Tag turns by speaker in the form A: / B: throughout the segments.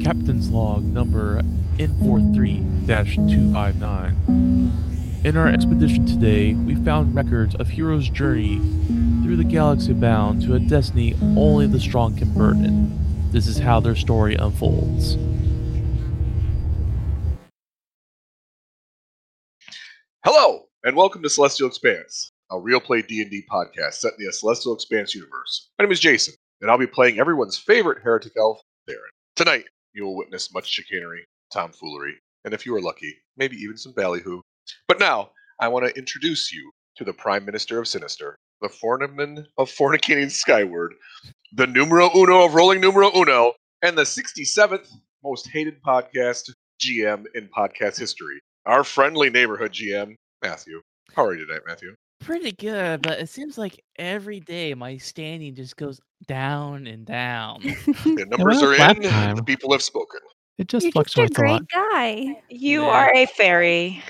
A: Captain's Log number N43 259. In our expedition today, we found records of heroes' journey through the galaxy bound to a destiny only the strong can burden. This is how their story unfolds.
B: Hello, and welcome to Celestial Expanse, a real play D&D podcast set in the Celestial Expanse universe. My name is Jason, and I'll be playing everyone's favorite heretic elf, Theron. Tonight, you will witness much chicanery, tomfoolery, and if you are lucky, maybe even some ballyhoo. But now, I want to introduce you to the Prime Minister of Sinister, the Forniman of Fornicating Skyward, the Numero Uno of Rolling Numero Uno, and the 67th most hated podcast GM in podcast history, our friendly neighborhood GM, Matthew. How are you tonight, Matthew?
C: pretty good, but it seems like every day my standing just goes down and down.
B: The numbers
A: was
B: are
A: lap
B: in. The
A: time?
B: people have spoken.
A: It just
D: You're
A: fluctuates
D: a
A: a
D: great
A: lot.
D: guy.
E: You
C: Yeah.
E: are a fairy.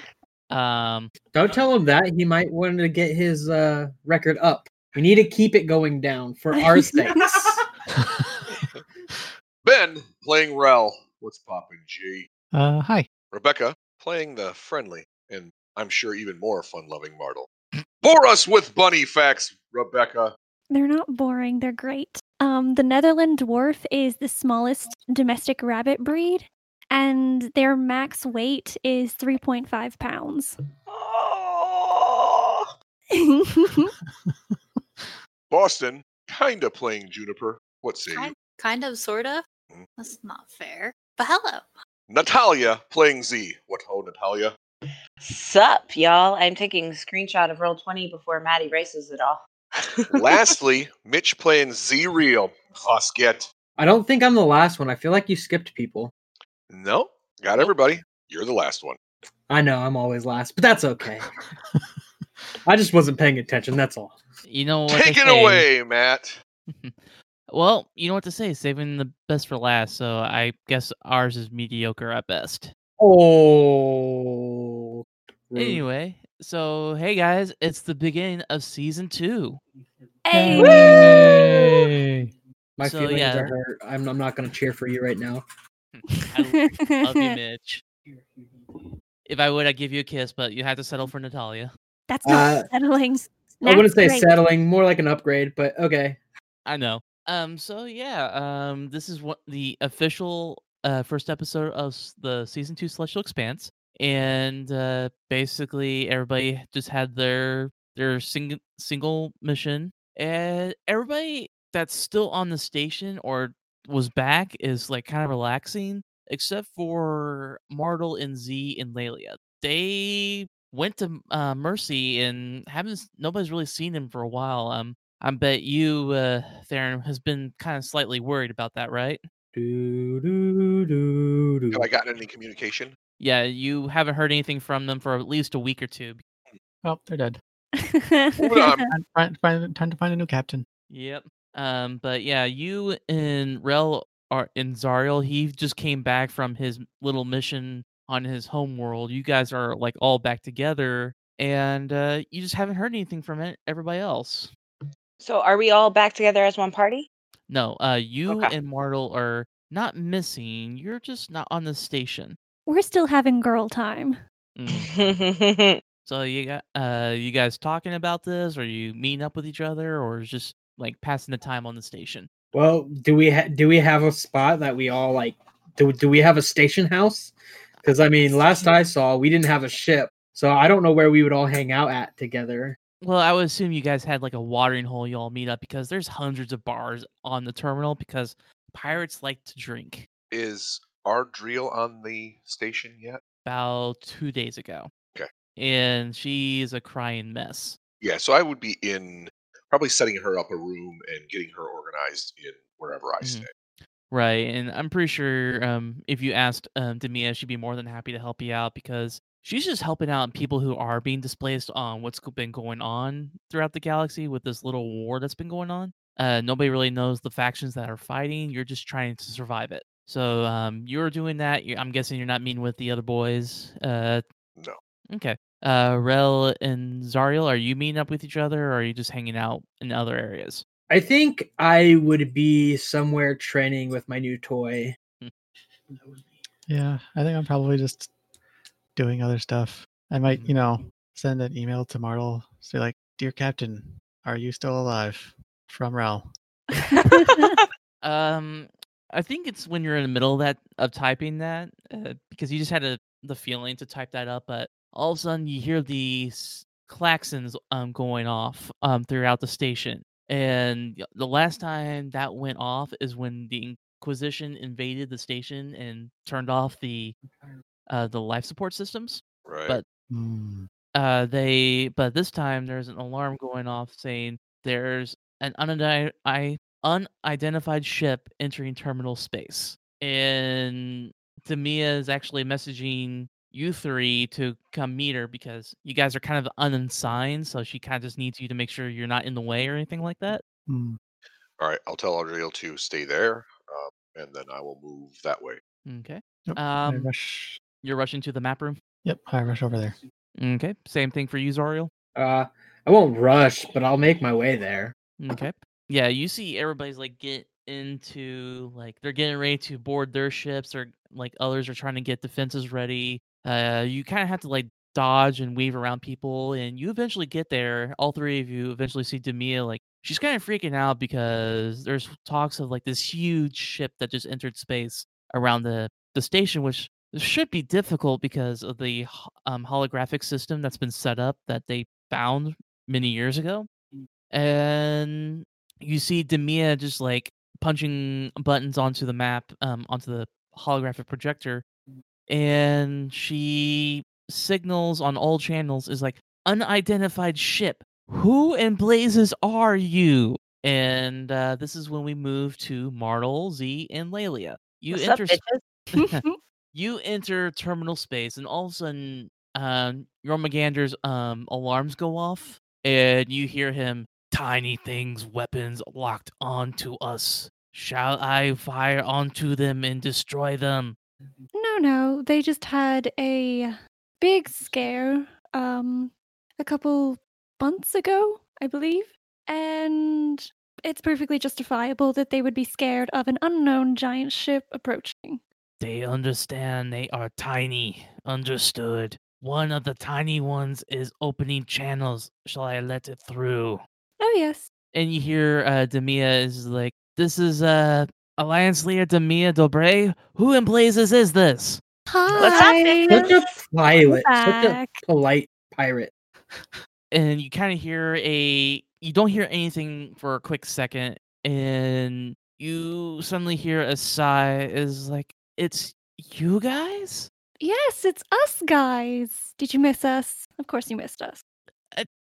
C: Um,
F: Don't tell him that. He might want to get his uh, record up. We need to keep it going down for our sakes.
B: Ben playing Rel. What's poppin', G?
A: Uh, hi.
B: Rebecca playing the friendly and I'm sure even more fun-loving Martle. Bore us with bunny facts, Rebecca.
D: They're not boring, they're great. Um, the Netherland dwarf is the smallest domestic rabbit breed, and their max weight is 3.5 pounds.
E: Oh,
B: Boston kinda playing Juniper. What say you?
G: Kind, kind of, sort of.
B: Mhm.
G: That's not fair. But hello.
B: Natalia playing Z. What ho, Natalia?
E: sup, y'all. I'm taking a screenshot of roll 20 before Matt erases it all.
B: Lastly, Mitch playing Z Real. Hosket.
F: I don't think I'm the last one. I feel like you skipped people.
B: No, got everybody. You're the last one.
F: I know I'm always last, but that's okay. I just wasn't paying attention. That's all.
C: you know what?
B: Take
C: they
B: it
C: say.
B: away, Matt.
C: Well, you know what to say. Saving the best for last, so I guess ours is mediocre at best.
F: Oh. rude.
C: Anyway, so hey guys, it's the beginning of season two.
D: hey!
F: my
C: so,
F: feelings
C: yeah.
F: are hurt. I'm, I'm not going to cheer for you right now.
C: I love you, Mitch. If I would, I'd give you a kiss, but you have to settle for Natalia.
D: That's not
F: Uh,
D: settling.
F: I wouldn't say
D: That's great.
F: settling, more like an upgrade, but okay.
C: I know. Um. So yeah. Um. This is what the official uh first episode of s- the season two Celestial Expanse, and uh basically everybody just had their their single single mission, and everybody that's still on the station or was back is like kind of relaxing, except for Martel and Z and Lelia. They went to uh, Mercy and haven't s- nobody's really seen him for a while. Um. I bet you, uh, Theron, has been kind of slightly worried about that, right?
F: Do, do, do, do.
B: Have I gotten
C: Mm-hmm.
B: any communication?
C: Yeah, you haven't heard anything from them for at least a week or two.
A: Oh, they're dead.
B: Hold
A: Time
B: on.
A: to find, find- time to find a new captain.
C: Yep. Um, but yeah, you and Rel are in Zariel. He just came back from his little mission on his home world. You guys are like all back together, and uh, you just haven't heard anything from e- everybody else.
E: So, are we all back together as one party?
C: No, uh, you
E: Okay.
C: and Martel are not missing. You're just not on the station.
D: We're still having girl time.
C: Mm. So you got uh you guys talking about this or you meeting up with each other or is just like passing the time on the station?
F: Well, do we ha- do we have a spot that we all like? Do do we have a station house? Because I mean, last I saw, we didn't have a ship, so I don't know where we would all hang out at together.
C: Well, I would assume you guys had like a watering hole you all meet up because there's hundreds of bars on the terminal because pirates like to drink.
B: Is Ardriel on the station yet?
C: About 2 days ago.
B: Okay.
C: And she's a crying mess.
B: Yeah, so I would be in probably setting her up a room and getting her organized in wherever I
C: Mhm.
B: stay.
C: Right, and I'm pretty sure um, if you asked um, Demia, she'd be more than happy to help you out because she's just helping out people who are being displaced on what's go- been going on throughout the galaxy with this little war that's been going on. Uh, nobody really knows the factions that are fighting. You're just trying to survive it. So um, you're doing that. you I'm guessing you're not meeting with the other boys. Uh,
B: No.
C: Okay. Uh, Rel and Zariel, are you meeting up with each other, or are you just hanging out in other areas?
F: I think I would be somewhere training with my new toy
H: Yeah, I think I'm probably just doing other stuff. I might, you know, send an email to Martel, say like, "Dear Captain, are you still alive?" From Rel.
C: Um, I think it's when you're in the middle of that of typing that uh, because you just had a, the feeling to type that up, but all of a sudden you hear the s- claxons um going off um throughout the station, and y- the last time that went off is when the Inquisition invaded the station and turned off the uh the life support systems.
B: Right.
C: But- Uh, they but this time there's an alarm going off saying there's an unidentified I, unidentified ship entering terminal space, and Tamia is actually messaging you three to come meet her because you guys are kind of unassigned, so she kind of just needs you to make sure you're not in the way or anything like that.
H: Hmm.
B: All right. I'll tell Audriel to stay there, um, and then I will move that way.
C: Okay,
H: Nope, I
C: Um,
H: rush.
C: you're rushing to the map room. Mm,
H: Yep, I rush over there.
C: Okay, same thing for you, Zoriel.
F: Uh, I won't rush, but I'll make my way there.
C: Mm, Okay. Yeah, you see everybody's like get into like they're getting ready to board their ships or like others are trying to get defenses ready. Uh you kind of have to like dodge and weave around people and you eventually get there. All three of you eventually see Demia like she's kind of freaking out because there's talks of like this huge ship that just entered space around the the station which should be difficult because of the ho- um, holographic system that's been set up that they found many years ago
E: Mm.
C: and you see Demia just like punching buttons onto the map, um, onto the holographic projector,
E: Mm.
C: and she signals on all channels is like unidentified ship. Who in blazes are you? And uh, this is when we move to Martel, Z, and Lelia. You
E: What's up,
C: enter
E: bitches?
C: you enter terminal space and all of a sudden um Yormagander's um alarms go off and you hear him tiny things weapons locked onto us shall i fire onto them and destroy them
D: No, no, they just had a big scare um a couple months ago, I believe, and it's perfectly justifiable that they would be scared of an unknown giant ship approaching.
C: they understand they are tiny understood one of the tiny ones is opening channels shall i let it through
D: Oh yes.
C: and you hear uh demia is like this is uh alliance leader demia dobre who in blazes is this
D: Hi.
E: What's up,
F: Such a pilot, such a
D: Back.
F: polite pirate.
C: and you kind of hear a you don't hear anything for a quick second and you suddenly hear a sigh is like it's you guys
D: Yes, it's us guys. Did you miss us? Of course you missed us.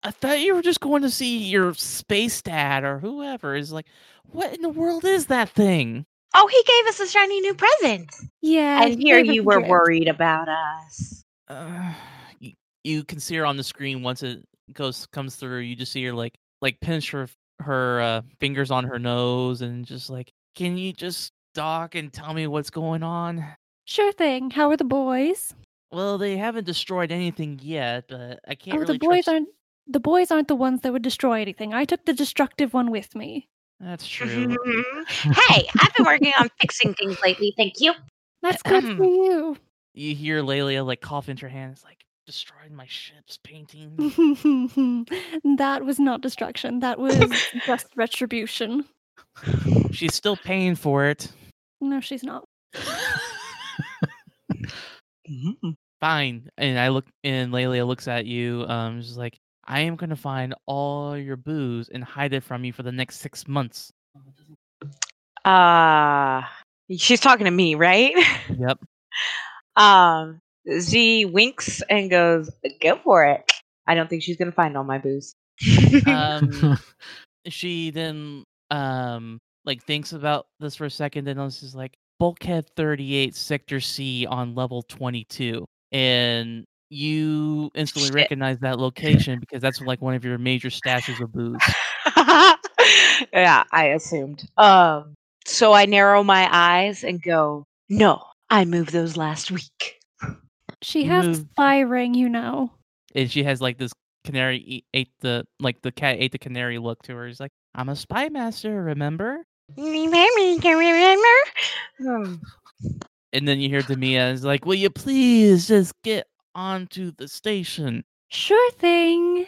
C: i thought you were just going to see your space dad or whoever is like what in the world is that thing
E: Oh, he gave us a shiny new present.
D: Yeah.
E: I hear
D: gave us
E: you
D: a
E: were
D: gift.
E: worried about us.
C: uh, you, you can see her on the screen once it goes comes through you just see her like like pinch her her uh, fingers on her nose and just like can you just talk and tell me what's going on
D: Sure thing. How are the boys?
C: Well, they haven't destroyed anything yet, but I can't
D: oh,
C: really
D: the boys
C: trust-
D: aren't the boys aren't the ones that would destroy anything. I took the destructive one with me.
C: That's
D: Mm-hmm.
C: true.
E: Mhm. hey, I've been working on fixing things lately. Thank you.
D: That's good for
C: mm.
D: you.
C: you hear Lelia like cough into her hand. It's like destroyed my ship's painting.
D: that was not destruction. That was just retribution.
C: She's still paying for it.
D: No, she's not.
C: Fine. And I look, and Lelia looks at you. Um, she's like, I am gonna find all your booze and hide it from you for the next six months.
E: Uh she's talking to me, right?
C: Yep.
E: Um Z winks and goes, "Go for it." I don't think she's going to find all my booze.
C: Um, she then um like thinks about this for a second and this is like bulkhead 38 sector c on level 22 and you instantly
E: Shit.
C: recognize that location because that's like one of your major stashes of booze
E: yeah, I assumed. Um, so I narrow my eyes and go, no, I moved those last week.
D: She
C: You
D: has the
C: moved-
D: spy ring, you know.
C: and she has like this canary e- ate the like the cat ate the canary look to her She's like i'm a spy master remember
E: Remember, can remember? Hmm.
C: And then you hear Demia is like, "Will you please just get onto the station?"
D: Sure thing.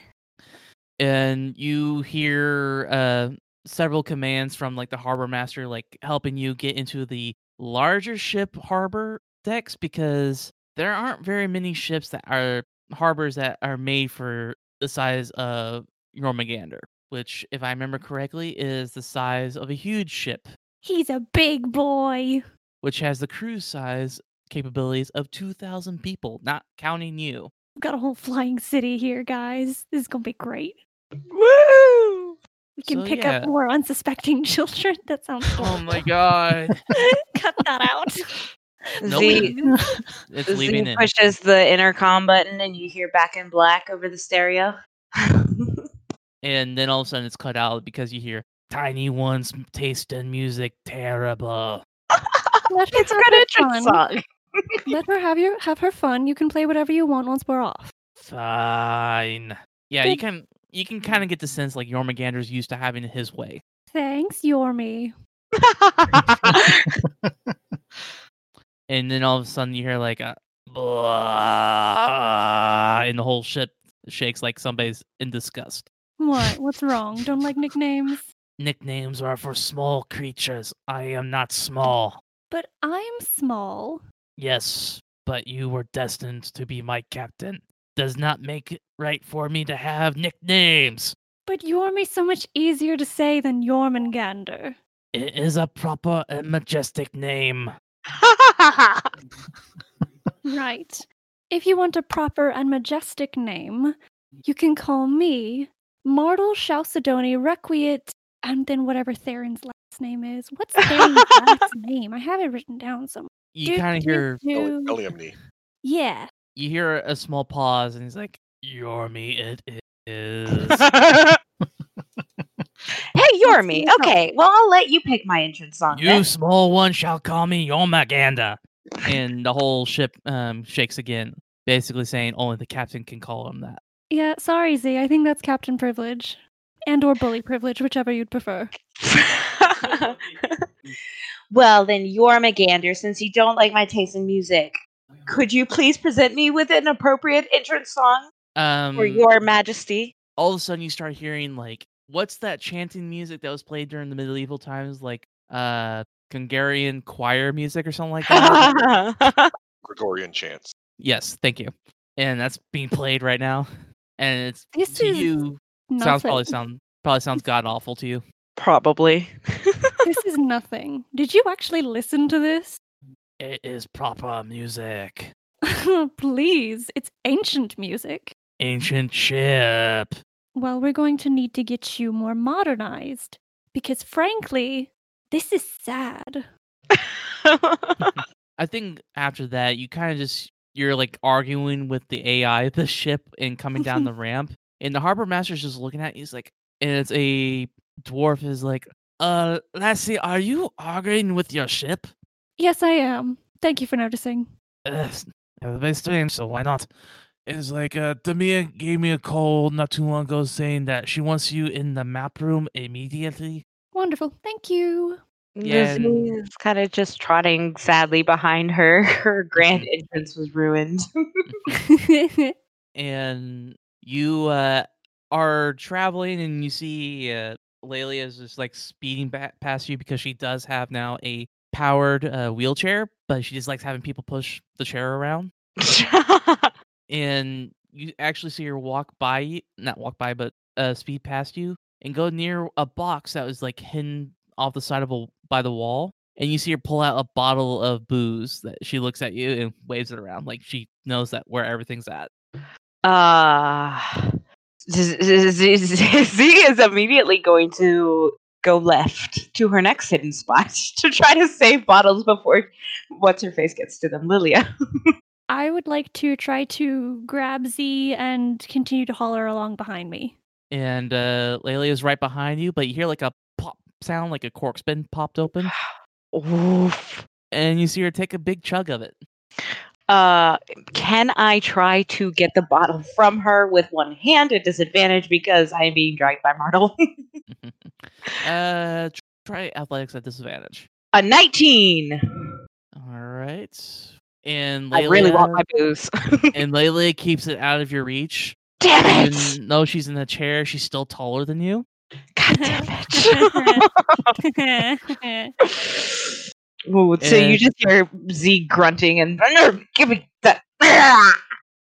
C: and you hear uh, several commands from like the harbor master, like helping you get into the larger ship harbor decks because there aren't very many ships that are harbors that are made for the size of Yormagander, which, if I remember correctly, is the size of a huge ship,
D: He's a big boy.
C: which has the cruise size capabilities of 2,000 people, not counting you.
D: We've got a whole flying city here, guys. This is gonna be great.
E: Woo!
D: We can
C: So,
D: pick
C: yeah.
D: up more unsuspecting children. That sounds cool.
C: Oh my god.
D: Cut that out.
C: Nope.
E: Z,
C: It's leaving
E: Z
C: in.
E: pushes the intercom button and you hear back in black over the stereo.
C: and then all of a sudden it's cut out because you hear tiny ones m- tasting music terrible
D: Let her
E: it's
D: have
E: a
D: her
E: good
D: fun.
E: song.
D: Let her have your have her fun. You can play whatever you want once we're off.
C: fine yeah you
D: Good.
C: can you can kind of get the sense like Yormagander's used to having it his way
D: Thanks, you're me.
C: and then all of a sudden you hear like a blah, and the whole ship shakes like somebody's in disgust
D: What? What's wrong? Don't like nicknames.
C: nicknames are for small creatures i am not small
D: But I'm small.
C: yes but you were destined to be my captain does not make it right for me to have nicknames
D: But Yormi's so much easier to say than Yormagander.
C: It is a proper and majestic name.
D: Right. If you want a proper and majestic name, you can call me Martel Chalcedony Requiet, and then whatever Theron's last name is. What's Theron's last name? I have it written down somewhere.
C: You
D: Do,
C: kind of
D: do,
C: hear
D: do.
B: Eliamni.
D: Yeah.
C: you hear a small pause, and he's like, "You're me, it is."
E: hey, you're
D: Let's do
E: me.
D: this song.
E: Okay, well, I'll let you pick my entrance song.
C: you
E: then.
C: small one shall call me Yomaganda. And the whole ship um, shakes again, basically saying only the captain can call him that.
D: Yeah, sorry, Z. I think that's captain privilege. And or bully privilege, whichever you'd prefer.
E: well, then you're Magander, since you don't like my taste in music. Could you please present me with an appropriate entrance song
C: Um,
E: for your majesty?
C: all of a sudden you start hearing like what's that chanting music that was played during the medieval times, like uh, Hungarian choir music or something like that.
E: That's
B: Gregorian chants.
C: Yes, thank you. And that's being played right now. And it's
D: This
C: to
D: is
C: you
D: Nothing.
C: sounds probably sound probably sounds god awful to you.
E: probably.
D: this is nothing. Did you actually listen to this?
C: It is proper music.
D: Please, it's ancient music.
C: Ancient ship.
D: Well, we're going to need to get you more modernized because, frankly, this is sad.
C: I think after that you kind of just you're like arguing with the AI of the ship and coming down the ramp. And the harbor master's just looking at you, he's like and it's a dwarf is like, uh Lassie, are you arguing with your ship?
D: Yes, I am. Thank you for noticing.
C: uh, everybody's doing so why not? It's like uh Demia gave me a call not too long ago saying that she wants you in the map room immediately.
D: Wonderful. Thank you.
C: Yeah,
E: Lizzie
C: and-
E: is kind of just trotting sadly behind her. Her grand entrance was ruined.
C: And you uh are traveling and you see uh Lelia is just like speeding back past you because she does have now a powered uh, wheelchair, but she just likes having people push the chair around. and you actually see her walk by you not walk by but uh speed past you and go near a box that was like hidden off the side of a by the wall and you see her pull out a bottle of booze that she looks at you and waves it around like she knows that where everything's at
E: uh, Z Z- Z- Z is immediately going to go left to her next hidden spot to try to save bottles before what's her face gets to them, Lilia.
D: I would like to try to grab Z and continue to haul her along behind me.
C: and uh Layla is right behind you but you hear like a pop sound like a cork's been popped open
E: Oof.
C: and you see her take a big chug of it
E: Uh, can I try to get the bottle from her with one hand at disadvantage because I am being dragged by Martel?
C: uh tr- try athletics at disadvantage
E: A 19.
C: all it, and
E: I really want
C: Lelia-
E: my booze.
C: and Layla keeps it out of your reach.
E: damn it!
C: Even though she's in a chair, she's still taller than you.
E: God damn it! Ooh, so
C: Eh.
E: you just hear Z grunting and give me that.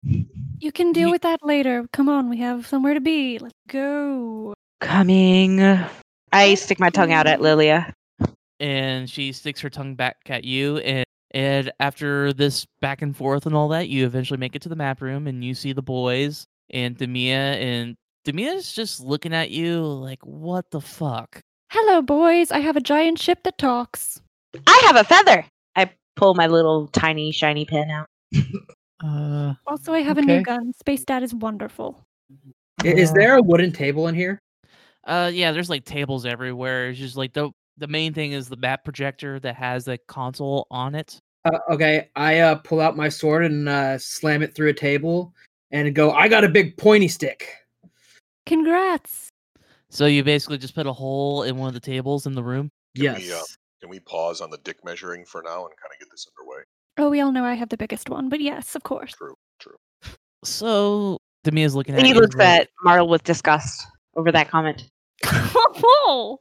D: You can deal
C: Ye-
D: with that later. Come on, we have somewhere to be. Let's go.
E: Coming. I stick my tongue out at Lilia.
C: And she sticks her tongue back at you. And, and after this back and forth and all that, you eventually make it to the map room and you see the boys and Demia. And Demia's just looking at you like, what the fuck?
D: Hello, boys. I have a giant ship that talks.
E: I have a feather. I pull my little tiny shiny pen out.
H: Uh,
D: Also, I have a
H: Okay.
D: new gun. Space dad is wonderful.
F: I- Is
H: Uh,
F: there a wooden table in here?
C: Uh, yeah, there's like tables everywhere. It's just like the the main thing is the map projector that has the console on it.
F: Uh, okay, I uh, pull out my sword and uh, slam it through a table and go. I got a big pointy stick.
D: Congrats.
C: So you basically just put a hole in one of the tables in the room.
F: Yes.
B: me, uh, Can we pause on the dick measuring for now and kind of get this underway?
D: Oh, we all know I have the biggest one, but yes, of course.
B: True, true.
C: So Demia's looking at
E: he
C: you
E: looks
C: like-
E: at Marl with disgust over that comment.
D: Whoa!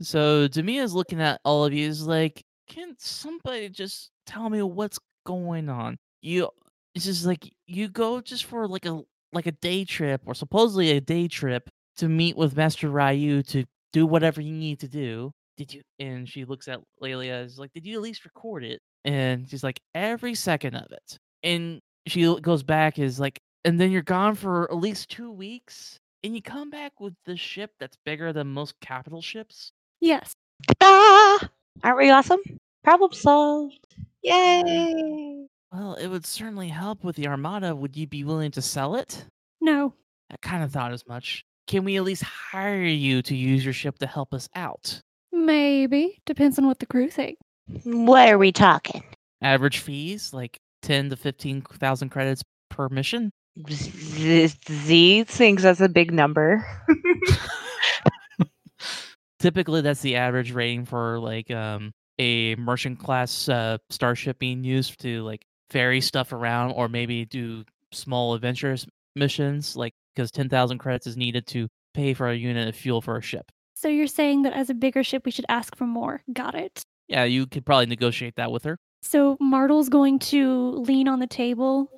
C: So Demia's looking at all of you is like, can somebody just tell me what's going on? You it's just like you go just for like a like a day trip or supposedly a day trip to meet with Master Ryu to do whatever you need to do. Did you and she looks at Lelia is like, Did you at least record it? And she's like, every second of it. And she l- goes back is like, and then you're gone for at least two weeks. And you come back with this ship that's bigger than most capital ships.
D: Yes.
E: Ah, aren't we awesome? Problem solved. Yay!
C: Well, it would certainly help with the Armada. Would you be willing to sell it?
D: No.
C: I kind of thought as much. Can we at least hire you to use your ship to help us out?
D: Maybe. Depends on what the crew think.
E: What are we talking?
C: Average fees, like 10 to 15,000 credits per mission?
E: Z Z thinks that's a big number.
C: Typically, that's the average rating for like um, a merchant class uh, starship being used to like ferry stuff around or maybe do small adventurous missions, like because 10,000 credits is needed to pay for a unit of fuel for a ship.
D: So you're saying that as a bigger ship, we should ask for more. Got it.
C: Yeah, you could probably negotiate that with her.
D: So Martle's going to lean on the table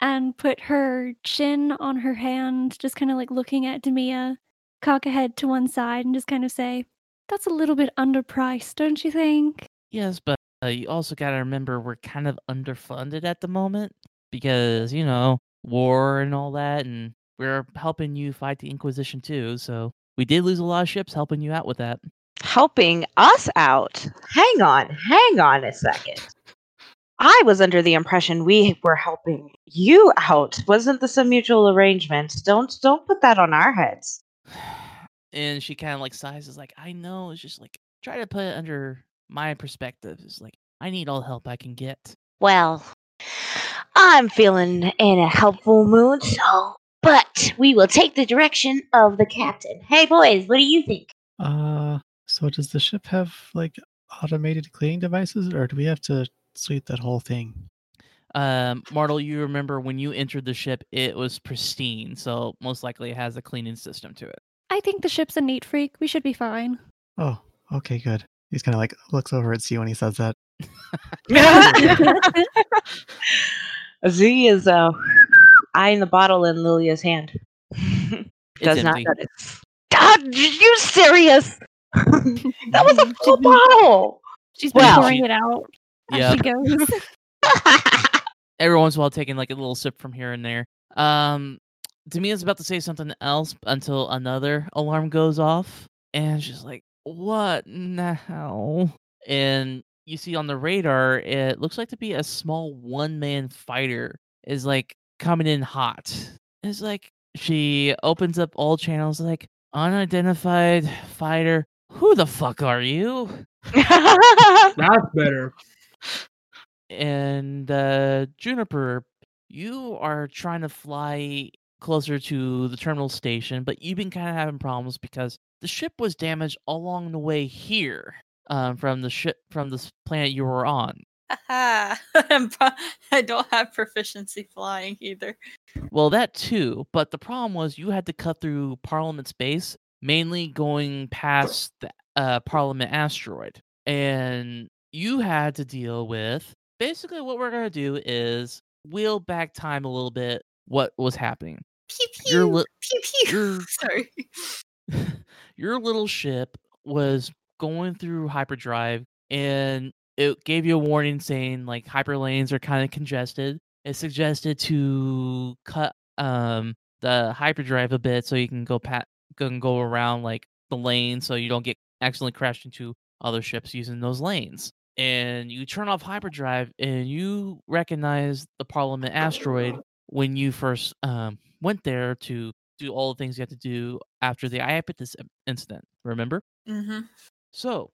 D: and put her chin on her hand, just kind of like looking at Demia, cock a head to one side, and just kind of say, That's a little bit underpriced, don't you think?
C: Yes, but uh, you also got to remember we're kind of underfunded at the moment because, you know, war and all that, and we're helping you fight the Inquisition too. So we did lose a lot of ships helping you out with that.
E: Helping us out. Hang on, hang on a second. I was under the impression we were helping you out. Wasn't this a mutual arrangement? Don't don't put that on our heads.
C: And she kind of like sighs, is like, I know, it's just like, try to put it under my perspective. It's like, I need all the help I can get.
E: Well, I'm feeling in a helpful mood, so. But we will take the direction of the captain. Hey, boys, what do you think?
H: uh, so does the ship have like automated cleaning devices, or do we have to sweep that whole thing?
C: Um, Martel, you remember when you entered the ship, it was pristine. So most likely it has a cleaning system to it.
D: I think the ship's a neat freak. We should be fine.
H: Oh, okay, good. He's kind of like looks over at C when he says that.
E: Z is uh, eye in the bottle in Lilia's hand.
C: It's
E: Does not
C: empty.
E: notice. God, you serious? that was a
D: Mhm.
E: full bottle.
D: She's been
E: Well-
D: pouring it out as
C: Yep.
D: she goes.
C: every once in a while taking like a little sip from here and there. Um, Demia's about to say something else until another alarm goes off, and she's like, "What now?" And you see on the radar, it looks like to be a small one-man fighter is like coming in hot. It's like she opens up all channels, like unidentified fighter. Who the fuck are you?
F: That's better.
C: and uh, Juniper, you are trying to fly closer to the terminal station, but you've been kind of having problems because the ship was damaged along the way here um, from the ship from this planet you were on.
G: Haha. I'm pro- I don't have proficiency flying either.
C: Well, that too, but the problem was you had to cut through Parliament space, mainly going past the uh, Parliament asteroid. And you had to deal with basically what we're going to do is wheel back time a little bit what was happening.
G: Pew
C: Your,
G: pew.
C: li-
G: pew pew.
C: your-
G: Sorry.
C: your little ship was going through hyperdrive and it gave you a warning saying like hyper lanes are kind of congested. It suggested to cut um the hyperdrive a bit so you can go pat can go around like the lane so you don't get accidentally crashed into other ships using those lanes. And you turn off hyperdrive and you recognize the Parliament asteroid when you first um, went there to do all the things you have to do after the Iapetus in- incident. Remember?
G: Mm-hmm.
C: So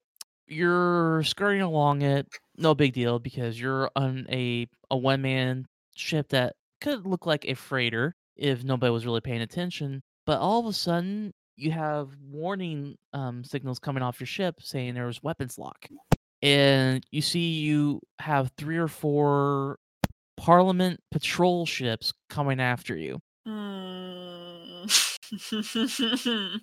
C: you're scurrying along it, no big deal because you're on a, a one man ship that could look like a freighter if nobody was really paying attention. But all of a sudden, you have warning um, signals coming off your ship saying there was weapons lock. And you see you have three or four Parliament patrol ships coming after you.
G: Hmm. Mm.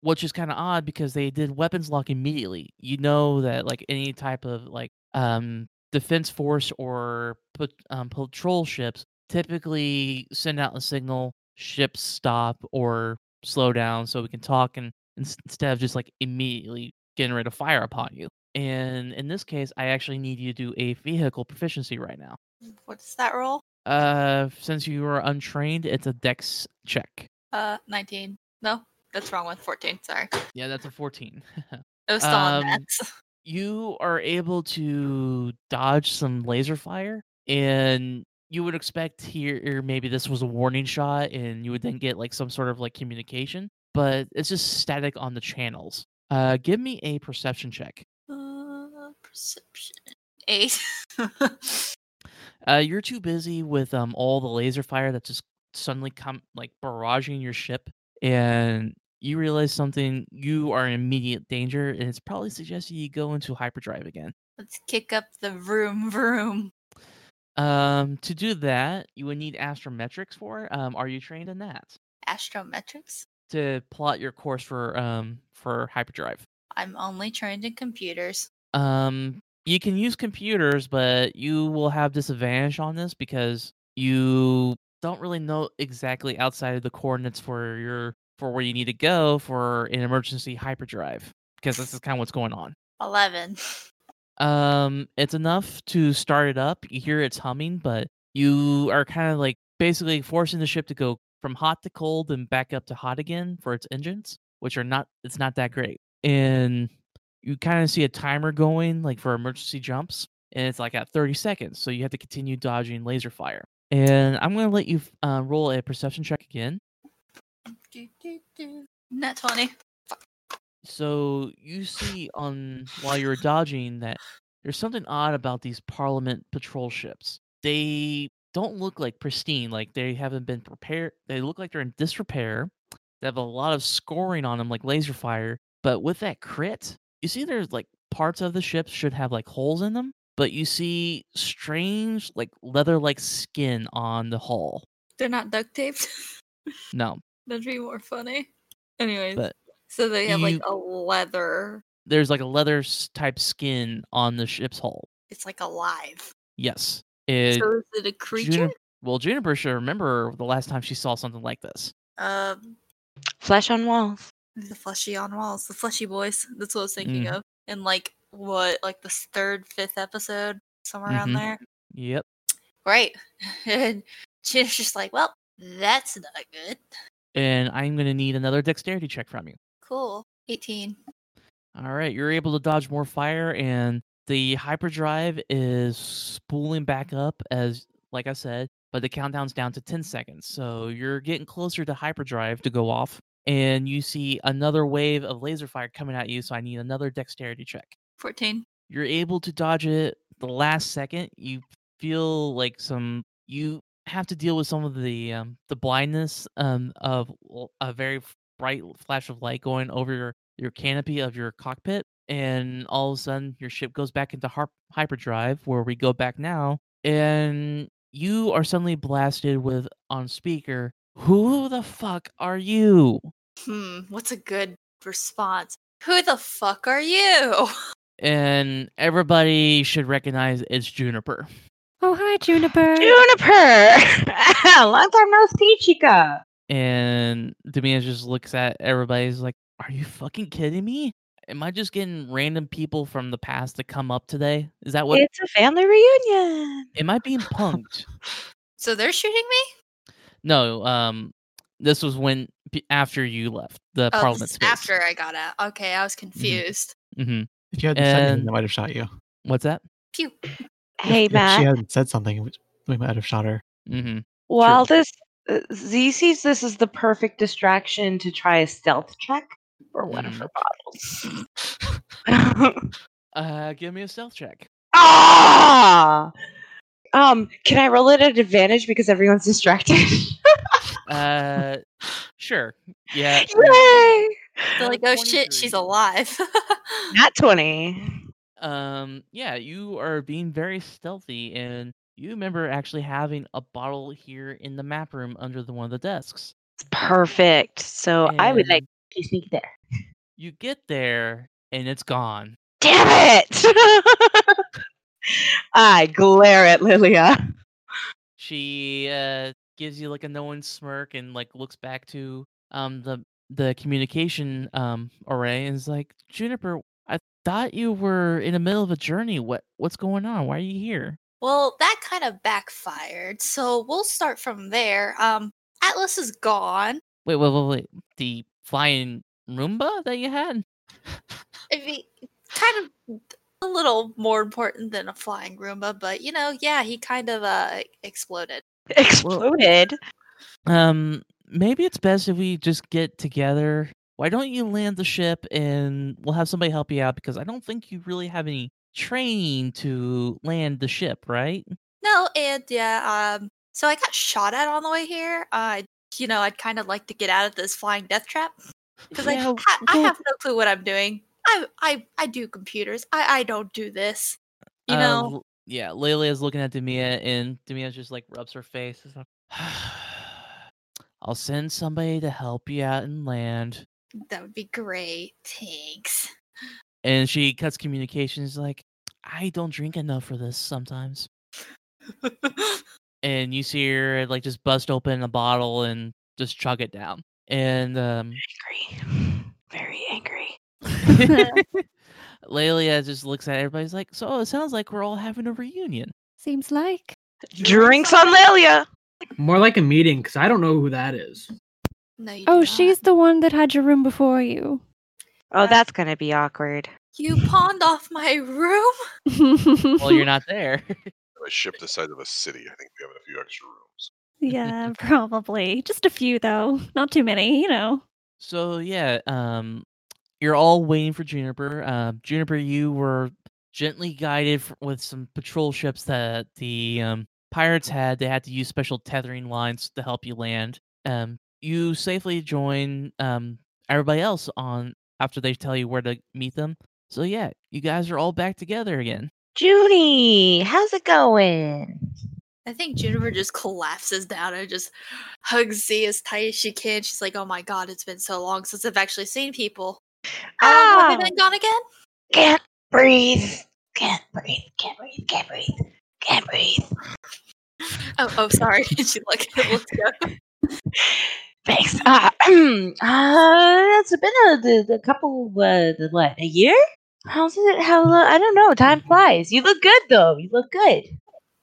C: which is kind of odd because they did weapons lock immediately. You know that like any type of like um defense force or put um, patrol ships typically send out a signal ships stop or slow down so we can talk and ins- instead of just like immediately getting ready to fire upon you. And in this case, I actually need you to do a vehicle proficiency right now.
G: What's that roll?
C: Uh, since you are untrained, it's a dex check.
G: Uh, 19. No, that's wrong one. 14. Sorry.
C: Yeah, that's a fourteen.
G: It was still on
C: Um,
G: Matt's.
C: you are able to dodge some laser fire and you would expect here maybe this was a warning shot and you would then get like some sort of like communication but it's just static on the channels uh give me a perception check
G: Uh, perception. Eight.
C: uh you're too busy with um all the laser fire that's just suddenly come like barraging your ship and you realize something you are in immediate danger and it's probably suggesting you go into hyperdrive again
G: Let's kick up the vroom vroom.
C: Um, to do that, you would need astrometrics for. it. Um, are you trained in that
G: Astrometrics.
C: to plot your course for um for hyperdrive?
G: I'm only trained in computers.
C: Um, you can use computers, but you will have disadvantage on this because you don't really know exactly outside of the coordinates for your for where you need to go for an emergency hyperdrive because this is kind of what's going on.
G: 11.
C: Um, it's enough to start it up. You hear it's humming, but you are kind of like basically forcing the ship to go from hot to cold and back up to hot again for its engines, which are not it's not that great. And you kind of see a timer going like for emergency jumps, and it's like at 30 seconds, so you have to continue dodging laser fire. And I'm gonna let you uh, roll a perception check again.
G: Do, do, do. Net 20.
C: So you see on while you're dodging that there's something odd about these Parliament patrol ships. They don't look like pristine, like they haven't been prepared. They look like they're in disrepair. They have a lot of scoring on them, like laser fire. But with that crit, you see there's like parts of the ship should have like holes in them, but you see strange like leather-like skin on the hull.
G: They're not duct taped.
C: No,
G: That'd be more funny. Anyways.
C: But
G: so they have like
C: you-
G: a leather.
C: there's like a leather s- type skin on the ship's hull.
G: It's like alive.
C: Yes. It,
G: so is it a creature?
C: Junip- well, Juniper should remember the last time she saw something like this.
G: Um,
E: Flesh on walls.
G: the fleshy on walls, the fleshy boys. That's what I was thinking
C: Mm.
G: of. And like what, like the third, fifth episode, somewhere around
C: Mhm.
G: there.
C: Yep.
G: Great. and she's just like, well, that's not good.
C: And I'm going to need another dexterity check from you.
G: Cool. 18.
C: All right. You're able to dodge more fire, and the hyperdrive is spooling back up, as, like I said, but the countdown's down to 10 seconds. So you're getting closer to hyperdrive to go off, and you see another wave of laser fire coming at you. So I need another dexterity check.
G: 14.
C: you're able to dodge it the last second you feel like some you have to deal with some of the um, the blindness um, of l- a very f- bright flash of light going over your, your canopy of your cockpit and all of a sudden your ship goes back into har- hyperdrive where we go back now and you are suddenly blasted with on speaker who the fuck are you
G: Hmm, what's a good response? Who the fuck are you?
C: and everybody should recognize it's juniper
D: Oh, hi, Juniper.
E: Juniper! Long time no see, Chica.
C: and Demina just looks at everybody. Is like, "Are you fucking kidding me? Am I just getting random people from the past to come up today? Is that what?
E: It's a family reunion.
C: Am I being punked?
G: So they're shooting me?
C: no. Um, this was when p- after you left the
G: Oh,
C: parliament
G: this is
C: space. Mm-hmm.
G: after I got out. Okay, I was confused.
C: hmm
H: If you hadn't said anything,
C: And-
H: they might have shot you. If-
C: What's that?
G: Pew.
E: Hey,
H: if,
E: Matt.
H: she hadn't said something, we- we might have shot her.
C: hmm
E: While this, uh, Z sees this as the perfect distraction to try a stealth check for one of
C: Mhm.
E: her bottles.
C: Uh, give me a stealth check.
E: ah! Um, can I roll it at advantage because everyone's distracted?
C: Uh, sure. Yeah.
E: Yay!
G: They're like, oh shit, she's
C: 23.
G: alive.
E: Not 20.
C: um yeah you are being very stealthy and you remember actually having a bottle here in the map room under the one of the desks
E: It's perfect. So I would like
C: And
E: to sneak there.
C: you get there and it's gone
E: Damn it! I glare at Lilia.
C: she uh gives you like a knowing smirk and like looks back to um the the communication um array and is like juniper i thought you were in the middle of a journey what what's going on why are you here
G: well, that kind of backfired. So we'll start from there. Um, Atlas is gone.
C: wait wait wait wait the flying roomba that you had
G: I mean, kind of a little more important than a flying Roomba, but you know, yeah, he kind of uh exploded.
E: Exploded.
C: Um, maybe it's best if we just get together. Why don't you land the ship and we'll have somebody help you out because I don't think you really have any training to land the ship, right?
G: No, and yeah, um, so I got shot at on the way here. Uh, you know, I'd kind of like to get out of this flying death trap because I,
C: Yeah,
G: ha- I
C: well-
G: have no clue what I'm doing. I, I, I do computers. I, I don't do this. You
C: Uh,
G: know,
C: L- yeah, Lelia is looking at Demia and Demia just like rubs her face. It's like, I'll send somebody to help you out and land.
G: that would be great. Thanks.
C: And she cuts communications like, I don't drink enough for this sometimes. and you see her uh, like just bust open a bottle and just chug it down. And um
E: Angry. Very angry.
C: Lelia just looks at everybody's like, so it sounds like we're all having a reunion.
D: Seems like.
E: Drinks on Lilia.
F: More like a meeting because I don't know who that is.
G: no, you do
D: Oh,
G: not.
D: she's the one that had your room before you.
E: Oh, that's gonna be awkward.
G: You pawned off my room.
C: Well, you're not there.
B: A ship the size of a city. I think we have a few extra rooms.
D: yeah, probably. Just a few, though. Not too many, you know.
C: so yeah, um you're all waiting for Juniper. Uh, Juniper, you were gently guided f- with some patrol ships that the um, pirates had. They had to use special tethering lines to help you land. Um, you safely join um, everybody else on after they tell you where to meet them. So yeah, you guys are all back together again.
E: Junie, how's it going?
G: I think Juniper just collapses down and just hugs Z as tight as she can. She's like, "Oh my god, it's been so long since I've actually seen people." How long have
E: Ah.
G: you been gone again?
E: Can't breathe. Can't breathe. Can't breathe. Can't breathe. Can't breathe.
G: Oh, oh, sorry. she look, looked it up.
E: Thanks. Uh, uh, it's been a, the, the couple, uh, the, what, a year? How's it? How lo- I don't know. Time flies. You look good though. You look good.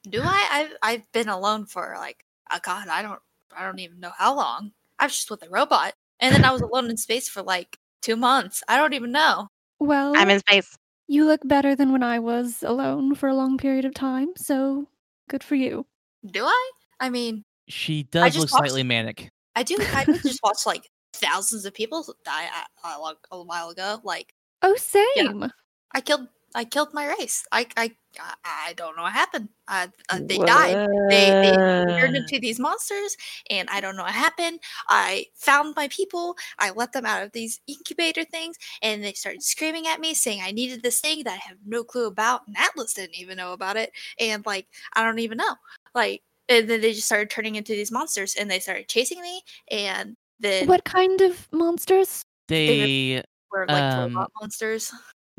G: Do I? I've I've been alone for like, oh god, I don't, I don't even know how long. I was just with a robot, and then I was alone in space for like two months. I don't even know.
D: Well,
E: I'm in space.
D: you look better than when I was alone for a long period of time, so good for you.
G: Do I? I mean,
C: She does
G: just
C: look
G: watched-
C: slightly manic.
G: I do. I did just watched like thousands of people die uh, a, a, long- a while ago. Like,
D: Oh, same.
G: I killed I killed my race. I I I, I don't know what happened. Uh, uh, they died. They, they turned into these monsters, and I don't know what happened. I found my people. I let them out of these incubator things, and they started screaming at me, saying I needed this thing that I have no clue about, and Atlas didn't even know about it, and like I don't even know. Like, and then they just started turning into these monsters, and they started chasing me, and then
D: What kind of monsters?
C: They
G: were like
C: um,
G: robot monsters.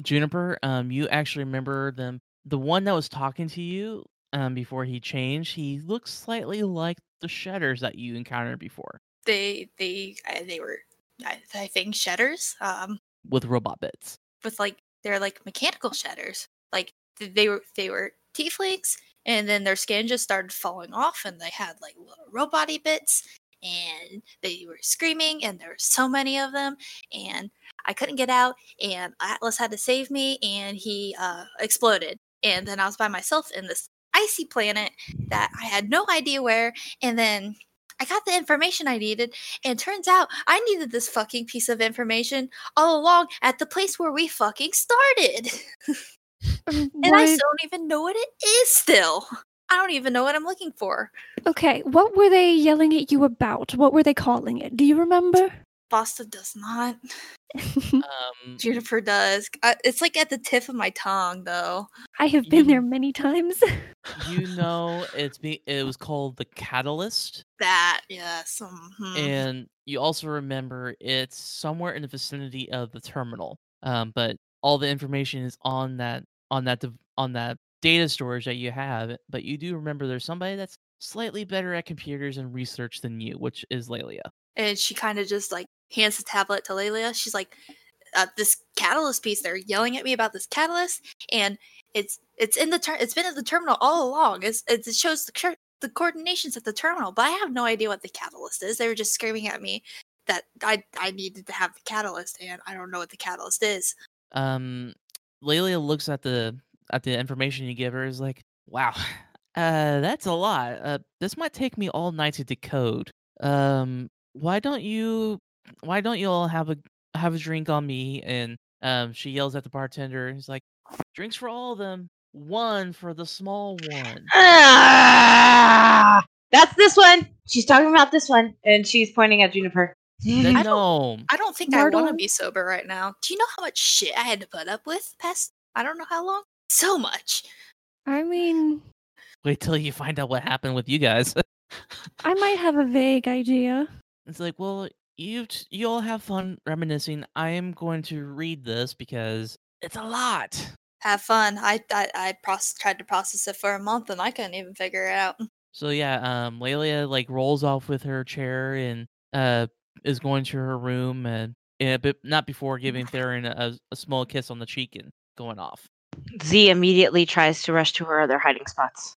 C: Juniper, um, you actually remember them. The one that was talking to you um, before he changed, he looks slightly like the Shedders that you encountered before
G: They they I, they were I, I think shedders. Um,
C: with robot bits.
G: with like they're like mechanical shedders. Like th- they were they were tieflings, and then their skin just started falling off, and they had like little robot-y bits, and they were screaming, and there were so many of them, and I couldn't get out, and Atlas had to save me, and he uh, exploded, and then I was by myself in this icy planet that I had no idea where, and then. I got the information I needed, and turns out I needed this fucking piece of information all along at the place where we fucking started.
D: Um,
G: And
D: why-
G: I still don't even know what it is still. I don't even know what I'm looking for.
D: okay, what were they yelling at you about? What were they calling it? Do you remember?
G: Basta does not.
C: Um,
G: Juniper does. Uh, it's like at the tip of my tongue, though.
D: I have been
C: You-
D: there many times.
C: you know, it's be- it was called the Catalyst,
G: That, yes. mhm.
C: and you also remember it's somewhere in the vicinity of the terminal. Um, but all the information is on that on that dev- on that data storage that you have. But you do remember there's somebody that's slightly better at computers and research than you, which is Lelia.
G: and she kind of just like hands the tablet to Lelia. She's like, uh, "This catalyst piece. They're yelling at me about this catalyst, and it's it's in the ter- it's been at the terminal all along. It's, it's it shows the cur- the coordinations at the terminal, but I have no idea what the catalyst is. They were just screaming at me that I I needed to have the catalyst, and I don't know what the catalyst is.
C: um Lelia looks at the at the information you give her is like, wow, uh that's a lot. Uh this might take me all night to decode. Um why don't you why don't you all have a have a drink on me? And um she yells at the bartender and is like, drinks for all of them, one for the small one.
E: Ah, that's this one. She's talking about this one, and she's pointing at Juniper.
C: The
G: I don't-
C: gnome.
G: I don't think I want to
D: Mardon?
G: be sober right now. Do you know how much shit I had to put up with the past I don't know how long? So much.
D: I mean,
C: Wait till you find out what happened with you guys.
D: I might have a vague idea.
C: It's like, well, you t- you all have fun reminiscing. I am going to read this because it's a lot.
G: have fun. I I, I process, tried to process it for a month and I couldn't even figure it out.
C: So yeah, um, Lelia like rolls off with her chair and uh is going to her room and yeah, but not before giving Theron a, a small kiss on the cheek and going off.
E: Z immediately tries to rush to her other hiding spots.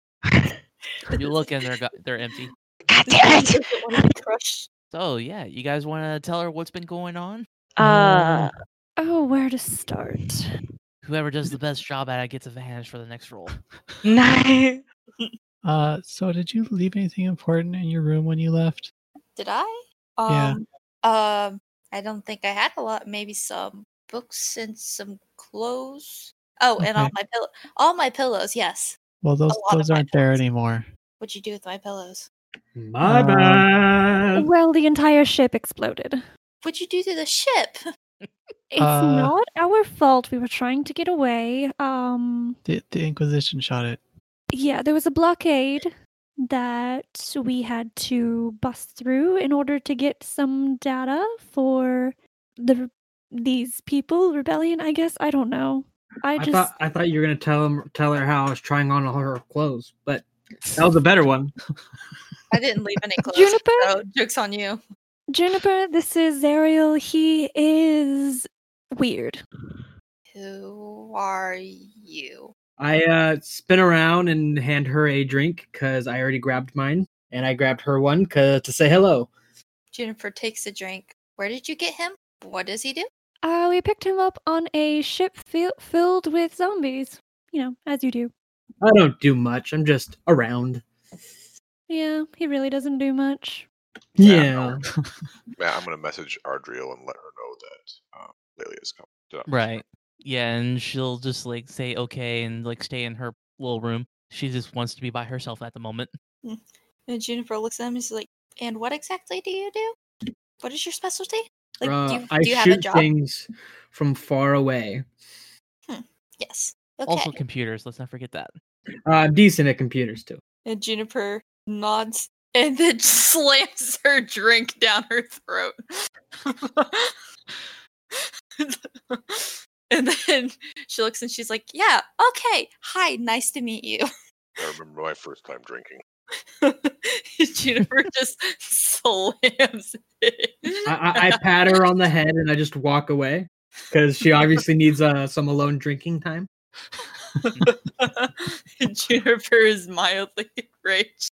C: You look and they're go- they're empty.
E: God damn it!
G: Crush.
C: So yeah, you guys want to tell her what's been going on?
E: Uh,
D: Oh, where to start?
C: Whoever does the best job at it gets advantage for the next roll.
E: nice.
H: Uh, so did you leave anything important in your room when you left?
G: Did I?
H: Yeah.
G: Um, yeah. Um, I don't think I had a lot. Maybe some books and some clothes. Oh, and all
H: Okay.
G: my pillow, all my pillows. Yes.
H: Well, those
G: lot of
H: those
G: my
H: aren't there
G: things.
H: anymore.
G: What'd you do with my pillows?
F: My
H: Um,
E: Mm.
G: Oh,
F: bad.
D: Well, the entire ship exploded.
G: What'd you do to the ship?
D: It's
H: Uh,
D: not our fault. We were trying to get away. Um,
H: The the Inquisition shot it.
D: yeah, there was a blockade that we had to bust through in order to get some data for the re- these people rebellion. I guess I don't know. I
F: I,
D: just
F: thought I thought you were gonna tell him tell her how I was trying on all her clothes, but that was a better one.
G: I didn't leave any clothes.
D: Juniper?
G: So jokes on you.
D: Juniper. This is Ariel. He is weird.
G: Who are you?
F: I uh, spin around and hand her a drink because I already grabbed mine, and I grabbed her one 'cause- to say hello.
G: Juniper takes a drink. Where did you get him? What does he do?
D: Uh, we picked him up on a ship fill filled with zombies. You know, as you do.
F: I don't do much. I'm just around.
D: Yeah, he really doesn't do much.
F: Yeah.
B: Matt, I'm going to message Ardriel and let her know that um, Lelia's coming. Did I mention
C: Right. Yeah, and she'll just like say okay and like stay in her little room. She just wants to be by herself at the moment.
G: And Juniper looks at him and she's like, And what exactly do you do? What is your specialty? Like, do you,
F: Uh, I
G: do you have a
F: shoot
G: job?
F: things from far away.
G: Yes. Okay.
C: Also computers, let's not forget that.
F: Uh, I'm decent at computers too.
G: and Juniper nods and then slams her drink down her throat. and then she looks and she's like, Yeah, okay. Hi, nice to meet you.
B: I remember my first time drinking.
G: Juniper just slams it.
F: I, I, I pat her on the head and I just walk away because she obviously needs uh, some alone drinking time.
G: Juniper is mildly enraged.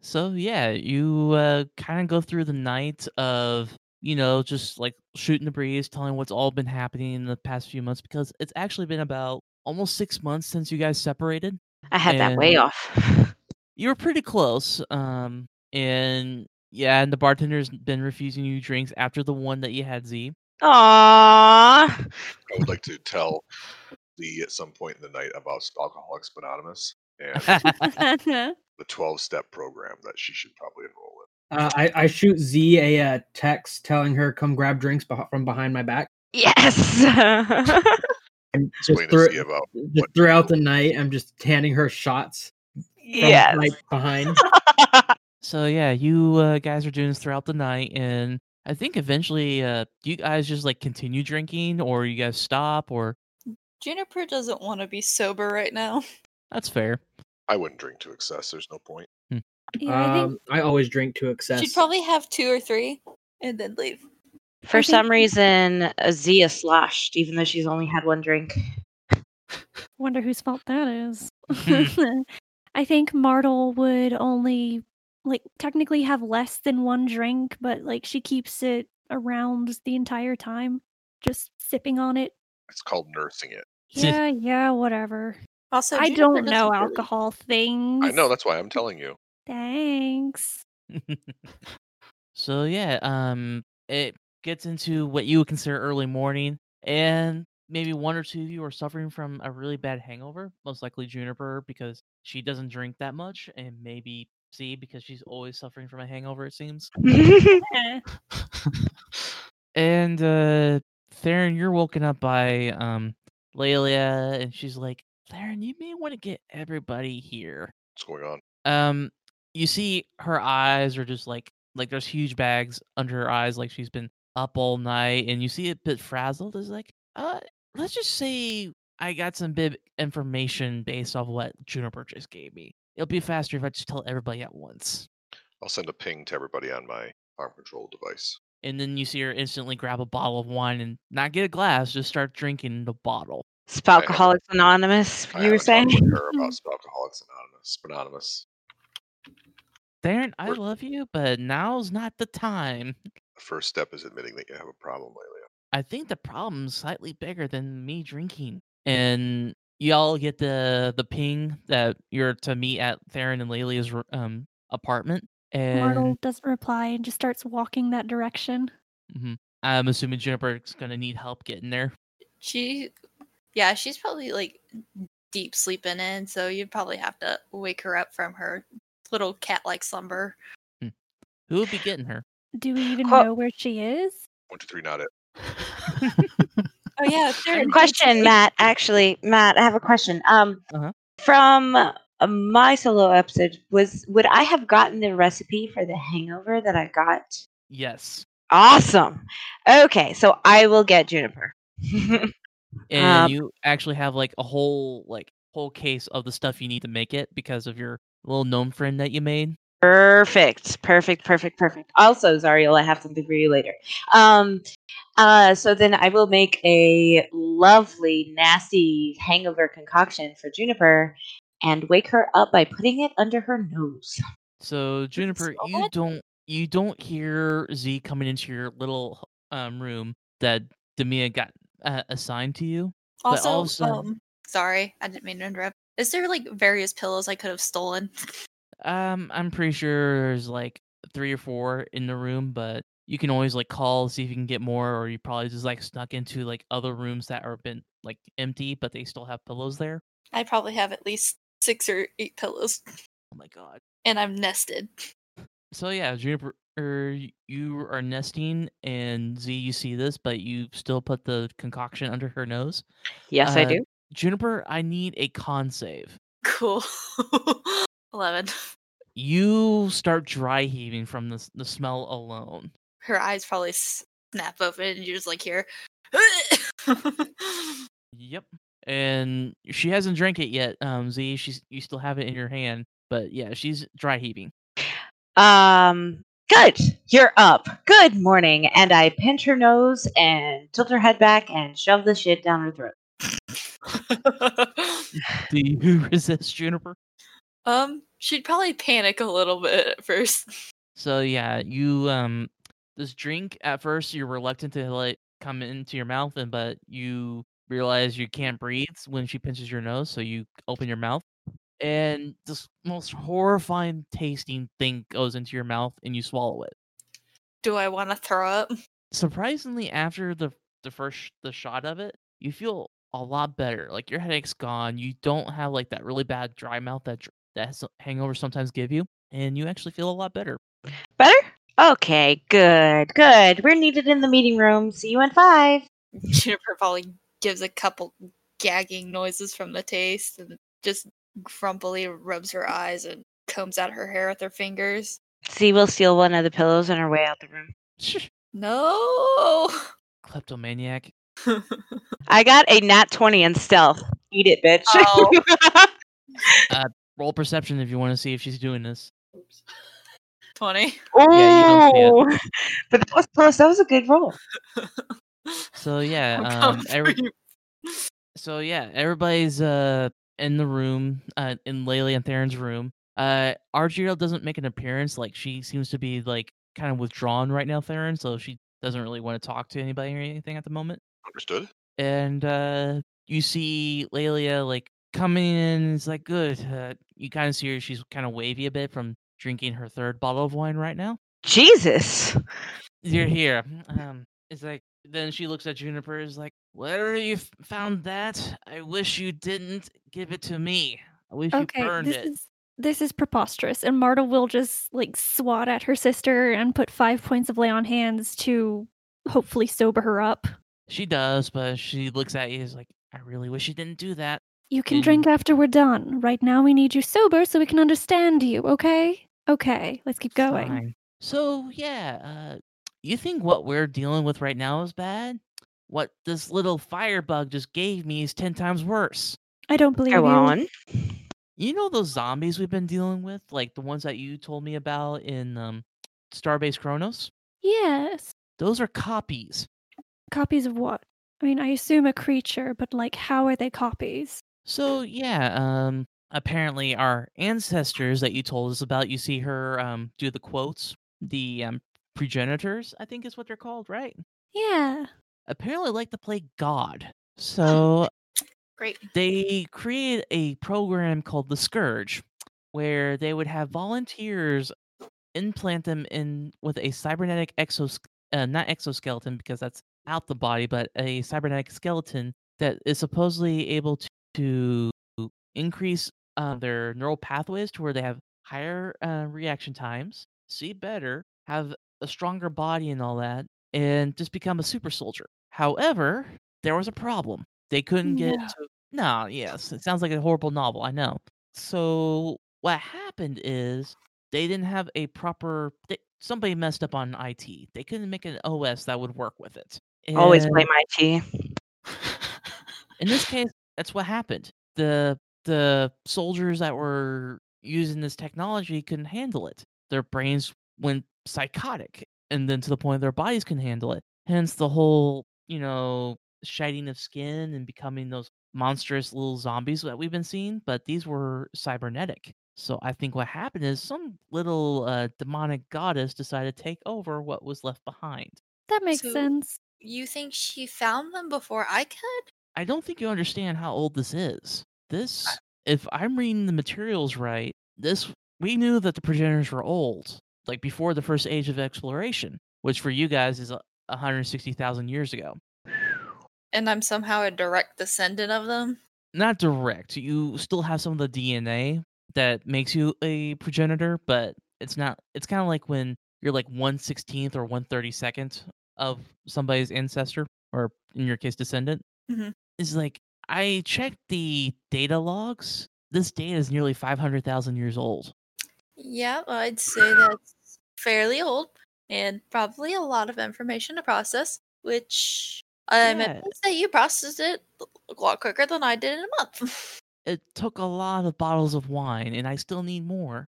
C: So yeah, you uh, kind of go through the night of you know just like shooting the breeze, telling what's all been happening in the past few months because it's actually been about almost six months since you guys separated.
E: I had that way
C: And-
E: off.
C: You were pretty close, um, and yeah, and the bartender's been refusing you drinks after the one that you had, Z.
E: Aww.
B: I would like to tell the at some point in the night about Alcoholics Anonymous and the 12 step program that she should probably enroll in.
F: Uh, I, I shoot Z a uh, text telling her come grab drinks beh- from behind my back.
E: Yes.
F: And
B: Explain to
F: just, thro-
B: see about
F: just throughout the night, I'm just handing her shots from
E: yes.
F: like behind.
C: So yeah, you uh, guys are doing this throughout the night, and I think eventually, uh, do you guys just like continue drinking, or you guys stop, or
G: Juniper doesn't want to be sober right now.
C: that's fair.
B: I wouldn't drink to excess. There's no point.
D: Yeah, I think
F: um, I always drink to excess.
G: She'd probably have two or three and then leave.
E: For
D: think-
E: some reason, Zia sloshed, even though she's only had one drink.
D: Wonder whose fault that is.
C: Hmm.
D: I think Martle would only like technically have less than one drink, but like she keeps it around the entire time, just sipping on it.
B: It's called nursing it.
D: Yeah, yeah, whatever.
G: Also,
D: I
G: Juniper
D: don't
G: doesn't
D: know
G: really-
D: alcohol things.
B: I know. That's why I'm telling you.
D: Thanks.
C: so yeah, um, it gets into what you would consider early morning, and maybe one or two of you are suffering from a really bad hangover, most likely Juniper because she doesn't drink that much, and maybe C because she's always suffering from a hangover. It seems.
D: Eh,
C: And uh Theron, you're woken up by um Lelia and she's like, Theron, you may want to get everybody here.
B: What's going on?
C: Um you see her eyes are just like like there's huge bags under her eyes, like she's been up all night, and you see it a bit frazzled is like, uh let's just say I got some bib information based off what Juniper just gave me. It'll be faster if I just tell everybody at once.
B: I'll send a ping to everybody on my arm control device.
C: And then you see her instantly grab a bottle of wine and not get a glass, just start drinking the bottle.
E: Spalcoholics Anonymous,
B: I
E: you
B: haven't
E: were
B: talked
E: saying?
B: with her about Alcoholics Anonymous. Anonymous.
C: Darren, I
B: We're-
C: love you, but now's not the time.
B: The first step is admitting that you have a problem lately.
C: I think the problem's slightly bigger than me drinking. And y'all get the the ping that you're to meet at Theron and Lelia's r- um apartment. And
D: Martle doesn't reply and just starts walking that direction.
C: Mhm. I'm assuming Juniper's gonna need help getting there.
G: She, yeah, she's probably like deep sleeping in, so you'd probably have to wake her up from her little cat like slumber.
C: Who would be getting her?
D: Do we even
E: Qu-
D: know where she is?
B: One, two, three, not it.
G: Oh, yeah, Theron,
E: question, Matt. Actually, Matt, I have a question. Um,
C: Uh-huh.
E: from uh, my solo episode, was would I have gotten the recipe for the hangover that I got?
C: Yes.
E: Awesome. Okay, so I will get juniper.
C: And
E: Um,
C: you actually have like a whole like whole case of the stuff you need to make it because of your little gnome friend that you made.
E: Perfect. Perfect. Perfect. Perfect. Also, Zariel, I have something for you later. Um, uh, so then I will make a lovely, nasty hangover concoction for Juniper and wake her up by putting it under her nose.
C: So Juniper,
G: smell
C: you
G: that?
C: don't you don't hear Z coming into your little um, room that Demia got uh, assigned to you. but all
G: also,
C: of a sudden-
G: um, sorry, I didn't mean to interrupt. Is there like various pillows I could have stolen?
C: Um, I'm pretty sure there's like three or four in the room, but you can always like call see if you can get more, or you probably just like snuck into like other rooms that are been like empty, but they still have pillows there.
G: I probably have at least six or eight pillows,
C: Oh my god.
G: and I'm nested.
C: So yeah, Juniper, er, you are nesting, and Z, you see this, but you still put the concoction under her nose.
E: Yes, I
C: Uh,
E: do.
C: Juniper, I need a con save.
G: Cool. Eleven.
C: You start dry heaving from the s- the smell alone.
G: Her eyes probably snap open, and you're just like here.
C: Yep. And she hasn't drank it yet, um, Z. She's you still have it in your hand, but yeah, she's dry heaving.
E: Um, good. You're up. Good morning. And I pinch her nose and tilt her head back and shove the shit down her throat.
C: Do you resist Juniper?
G: um, she'd probably panic a little bit at first.
C: So yeah, you um this drink at first you're reluctant to like come into your mouth and but you realize you can't breathe when she pinches your nose, so you open your mouth and this most horrifying tasting thing goes into your mouth and you swallow it.
G: Do I want to throw up?
C: Surprisingly after the the first sh- the shot of it, you feel a lot better. Like your headache's gone. You don't have like that really bad dry mouth that dr- that s- hangovers sometimes give you and you actually feel a lot better.
E: Better? Okay, good, good. We're needed in the meeting room. See you in five.
G: Juniper probably gives a couple gagging noises from the taste and just grumpily rubs her eyes and combs out her hair with her fingers.
E: Z will steal one of the pillows on her way out the room.
G: No!
C: Kleptomaniac.
E: I got a nat 20 in stealth. Eat it, bitch.
G: Oh.
C: roll perception if you want to see if she's doing this.
G: 20.
C: Yeah, you don't see it.
E: Ooh. But that was close. That was a good roll.
C: So yeah,
G: I'm coming
C: um,
G: for
C: every,
G: you.
C: so yeah, everybody's uh in the room, uh, in Layla and Theron's room. Uh, Argyle doesn't make an appearance. Like she seems to be like kind of withdrawn right now, Theron. So she doesn't really want to talk to anybody or anything at the moment.
B: Understood.
C: and uh you see Lelia like coming in and it's like good uh, you kind of see her she's kind of wavy a bit from drinking her third bottle of wine right now
E: Jesus.
D: Mm-hmm.
C: you're here um it's like then she looks at juniper is like wherever you f- found that i wish you didn't give it to me i wish
D: Okay,
C: you burned
D: this
C: it
D: is this is preposterous. And Marta will just like swat at her sister and put five points of lay on hands to hopefully sober her up.
C: she does but she looks at you is like i really wish you didn't do that
D: You can
C: And-
D: drink after we're done. Right now, we need you sober so we can understand you. Okay, okay, let's keep going.
C: Fine. So yeah, uh, you think what we're dealing with right now is bad? What this little firebug just gave me is ten times worse.
D: I don't believe
E: Go
D: you.
E: on.
C: You know those zombies we've been dealing with, like the ones that you told me about in um, Starbase Chronos.
D: Yes,
C: Those are copies.
D: copies of what? I mean, I assume a creature, but like, how are they copies?
C: So yeah, um, apparently our ancestors that you told us about. You see her um, do the quotes, the um, progenitors, I think is what they're called, right?
D: Yeah.
C: Apparently, like to play God. So
G: Great.
C: they created a program called the scourge where they would have volunteers implant them in with a cybernetic exos uh, not exoskeleton because that's out the body but a cybernetic skeleton that is supposedly able to, to increase uh, their neural pathways to where they have higher uh, reaction times see better have a stronger body and all that and just become a super soldier however there was a problem they couldn't get
D: No.
C: to no, yes. It sounds like a horrible novel, I know. So what happened is they didn't have a proper they, somebody messed up on IT. They couldn't make an OS that would work with it.
E: Always
C: And
E: play my tea.
C: in this case, that's what happened. The the soldiers that were using this technology couldn't handle it. Their brains went psychotic, and then to the point their bodies can handle it. Hence the whole, you know, shedding of skin and becoming those monstrous little zombies that we've been seeing. But these were cybernetic. So I think what happened is some little uh, demonic goddess decided to take over what was left behind.
D: That makes
G: So-
D: sense.
G: You think she found them before I could?
C: I don't think you understand how old this is. This, if I'm reading the materials right, this we knew that the progenitors were old, like before the first age of exploration, which for you guys is uh, a 160,000 years ago.
G: And I'm somehow a direct descendant of them?
C: not direct. You still have some of the DNA that makes you a progenitor, but it's not. It's kind of like when you're like one sixteenth or one thirty second of somebody's ancestor, or in your case, descendant.
G: Mhm.
C: It's like I checked the data logs. This data is nearly five hundred thousand years old.
G: Yeah, I'd say that's fairly old and probably a lot of information to process, which I'm
C: Yeah.
G: impressed that you processed it a lot quicker than I did in a month.
C: It took a lot of bottles of wine, and I still need more.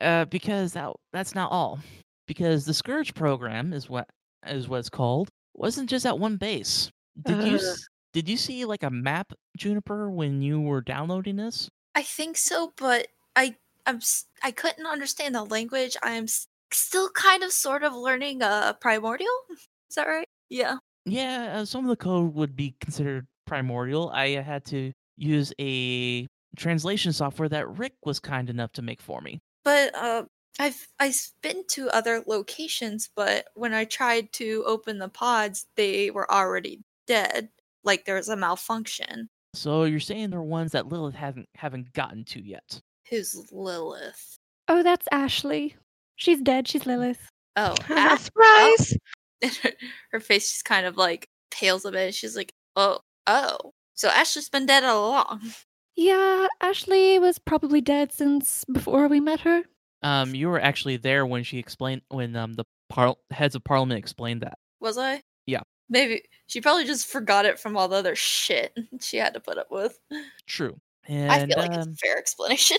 C: Uh, because that that's not all. Because the scourge program is what is what it's called. Wasn't just at one base. Did you
E: Ugh.
C: s- did you see like a map, Juniper, when you were downloading this?
G: I think so, but I I'm s- I couldn't understand the language. I'm s- still kind of sort of learning uh primordial. Is that right? Yeah.
C: Yeah, uh, some of the code would be considered primordial. I uh, had to use a translation software that Rick was kind enough to make for me.
G: But uh I've I've been to other locations, but when I tried to open the pods, they were already dead. Like there was a malfunction.
C: So you're saying there are ones that Lilith haven't haven't gotten to yet.
G: Who's Lilith?
D: Oh, that's Ashley. She's dead. She's Lilith.
G: Oh,
E: Ah,
G: Ash.
E: Surprise!
G: her face just kind of like pales a bit. She's like, oh, oh. So Ashley's been dead all along.
D: Yeah, Ashley was probably dead since before we met her.
C: Um, you were actually there when she explained when um the par- heads of parliament explained that.
G: Was I?
C: Yeah.
G: Maybe she probably just forgot it from all the other shit she had to put up with.
C: True. And
G: I feel like it's
C: um,
G: a fair explanation.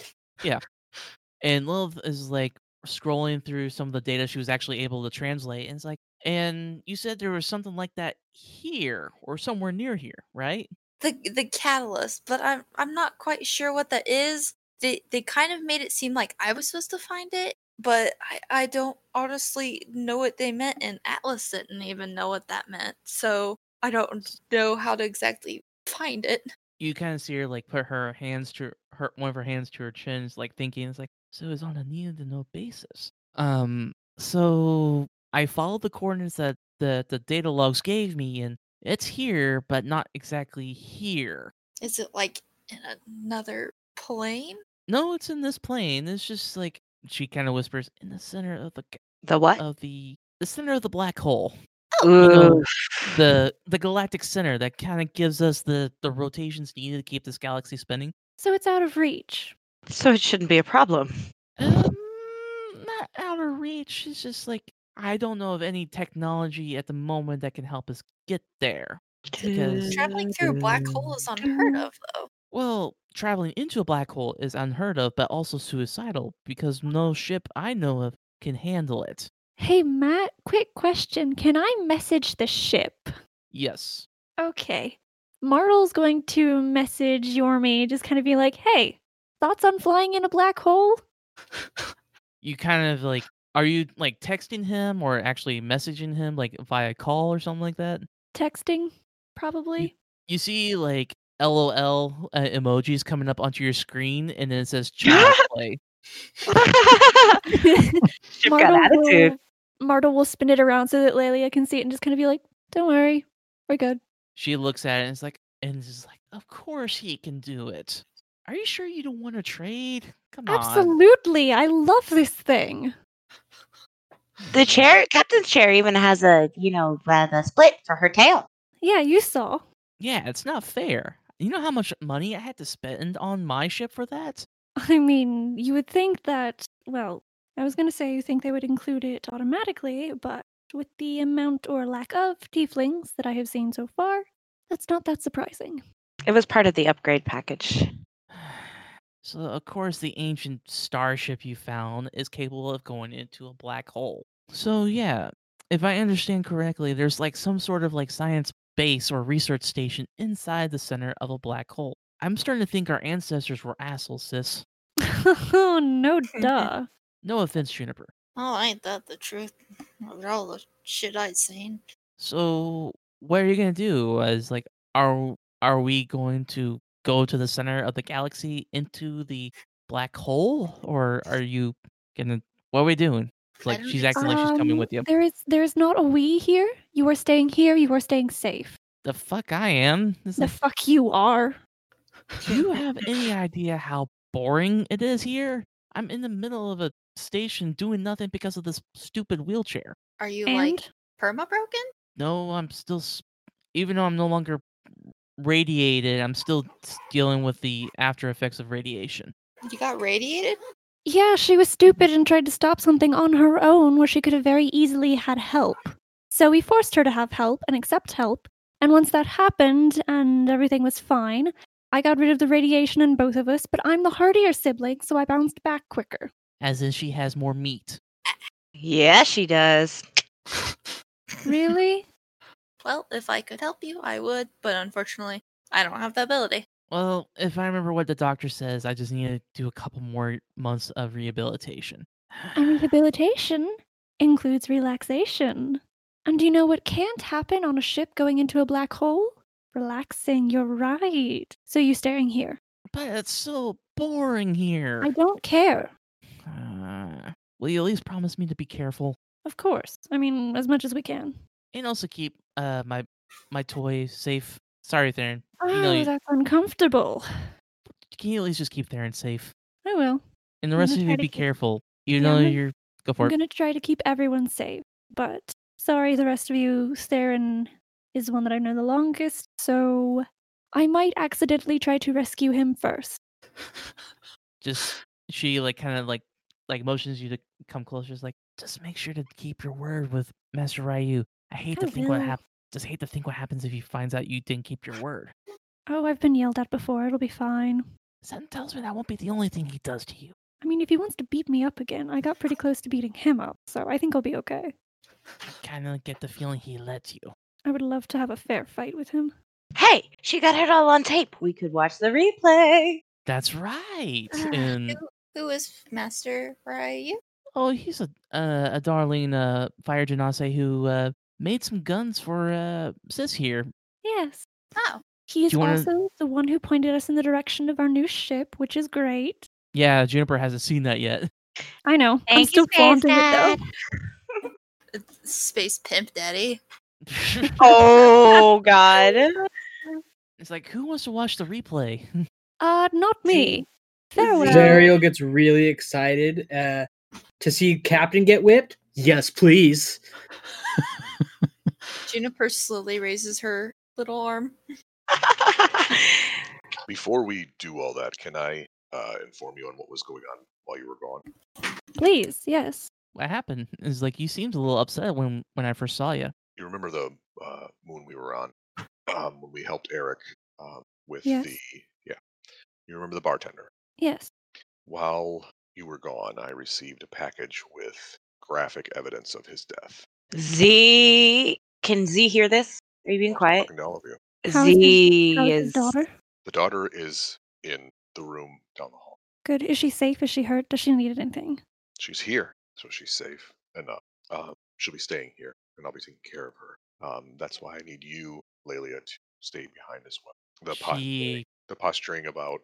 C: and Lilith is like scrolling through some of the data she was actually able to translate, and it's like, and you said there was something like that here or somewhere near here, right?
G: The the catalyst, but I'm I'm not quite sure what that is. They they kind of made it seem like I was supposed to find it, but I, I don't honestly know what they meant and Atlas didn't even know what that meant. So I don't know how to exactly find it.
C: You kind of see her like put her hands to her one of her hands to her chin, it's like thinking, it's like, so it's on a need to know basis. Um, so I followed the coordinates that the the data logs gave me, and it's here, but not exactly here.
G: Is it like in another plane?
C: No, it's in this plane. It's just like she kind of whispers in the center of the g-
E: The what?
C: of the the center of the black hole,
E: Ooh.
C: the the galactic center that kind of gives us the the rotations needed to keep this galaxy spinning.
D: So it's out of reach.
E: So it shouldn't be a problem.
C: Um, not out of reach. It's just like I don't know of any technology at the moment that can help us get there. Because-
G: Traveling through a black hole is
C: Mm-hmm.
G: unheard of, though.
C: Well, traveling into a black hole is unheard of, but also suicidal because no ship I know of can handle it.
D: Hey, Matt, quick question. Can I message the ship?
C: Yes.
D: Okay. Martel's going to message Yormi, just kind of be like, hey, thoughts on flying in a black hole?
C: you kind of like are you like texting him or actually messaging him like via call or something like that
D: Texting, probably.
C: you see like lol uh, emojis coming up onto your screen and then it says child play
E: Ship got attitude.
D: Will, Martel will spin it around so that Lelia can see it and just kind of be like, don't worry, we're good.
C: she looks at it and it's like and is like of course he can do it are you sure you don't want to trade come on
D: Absolutely. I love this thing.
E: The chair, captain's chair, even has a you know uh, the split for her tail.
D: Yeah, you saw.
C: yeah it's not fair you know how much money i had to spend on my ship for that
D: I mean, you would think that, well, I was going to say you think they would include it automatically, but with the amount or lack of tieflings that I have seen so far, that's not that surprising.
E: It was part of the upgrade package.
C: so of course the ancient starship you found is capable of going into a black hole so yeah if i understand correctly there's like some sort of like science base or research station inside the center of a black hole i'm starting to think our ancestors were assholes sis
D: oh, no, duh.
C: no offense juniper
G: Oh, ain't that the truth? After all the shit I'd seen.
C: so what are you gonna do is like are are we going to go to the center of the galaxy into the black hole or are you gonna what are we doing It's
G: I
C: like
G: don't
C: she's acting like she's coming
D: Um,
C: with you
D: There is, there is not a we here. You are staying here. You are staying safe.
C: the fuck I am. It's
D: The
C: like,
D: fuck you are.
C: Do you have any idea how boring it is here? I'm in the middle of a station doing nothing because of this stupid wheelchair.
G: Are you
D: and
G: like perma broken?
C: No, I'm still, s- even though I'm no longer radiated, I'm still s- dealing with the after effects of radiation.
G: You got radiated?
D: yeah, she was stupid and tried to stop something on her own where she could have very easily had help. So we forced her to have help and accept help. And once that happened and everything was fine, I got rid of the radiation in both of us, but I'm the hardier sibling, so I bounced back quicker.
C: As in, she has more meat.
E: Yeah, she does.
D: Really?
G: Well, if I could help you, I would, but unfortunately, I don't have the ability.
C: Well, if I remember what the doctor says, I just need to do a couple more months of rehabilitation.
D: and rehabilitation includes relaxation. And do you know what can't happen on a ship going into a black hole? Relaxing, you're right. So you staring here.
C: But it's so boring here.
D: I don't care.
C: Uh, will you at least promise me to be careful?
D: Of course. I mean, as much as we can.
C: And also keep uh my my toy safe. Sorry, Theron. You know,
D: Oh,
C: you-
D: that's uncomfortable. Oh,
C: can you at least just keep Theron safe?
D: I will.
C: And the
D: I'm
C: rest
D: gonna
C: of
D: try
C: you
D: to
C: be
D: keep-
C: careful. You
D: Yeah,
C: know
D: I'm gonna-
C: you're go for
D: I'm
C: it.
D: going to try to keep everyone safe, but sorry, the rest of you, Theron is the one that I know the longest, so I might accidentally try to rescue him first.
C: Just she like kind of like like motions you to come closer. It's like just make sure to keep your word with Master Ryu. I hate to
D: I
C: think what
D: will.
C: hap- just hate to think what happens if he finds out you didn't keep your word.
D: Oh, I've been yelled at before. It'll be fine.
C: Something tells me that won't be the only thing he does to you.
D: I mean, if he wants to beat me up again, I got pretty close to beating him up, so I think I'll be okay.
C: I kind of get the feeling he lets you.
D: I would love to have a fair fight with him.
E: Hey, she got it all on tape. We could watch the replay.
C: That's right.
G: Ah,
C: And
G: who, who is Master Ryu?
C: Oh, he's a uh, a darling uh, fire genasi who uh, made some guns for uh, Sis here.
D: Yes.
G: Oh,
D: He is
C: you wanna-
D: also the one who pointed us in the direction of our new ship, which is great.
C: Yeah, Juniper hasn't seen that yet.
D: I know.
E: Thank
D: I'm
E: you,
D: still
E: Space
D: flaunting it though.
E: Dad.
G: it's Space Pimp Daddy.
E: Oh God.
C: it's like who wants to watch the replay?
D: Uh, not me. Farewell.
F: Zariel gets really excited uh, to see Captain get whipped. Yes, please.
G: Juniper slowly raises her little arm.
B: Before we do all that, can I uh, inform you on what was going on while you were gone?
D: Please, yes.
C: what happened? Is like you seemed a little upset when when I first saw you.
B: You remember the uh, moon we were on um, when we helped Eric um, with
D: Yes.
B: the yeah. You remember the bartender?
D: Yes.
B: While you were gone, I received a package with graphic evidence of his death.
E: Z can Z hear this? Are you being quiet?
B: Talking to all of you.
D: How is his-
E: Z
D: How is his
E: is
D: daughter?
B: The daughter is in the room down the hall.
D: Good. Is she safe? Is she hurt? Does she need anything?
B: She's here, so she's safe enough. Um, she'll be staying here, and I'll be taking care of her. Um, that's why I need you, Lelia, to stay behind as well. The pot.
C: she
B: the posturing about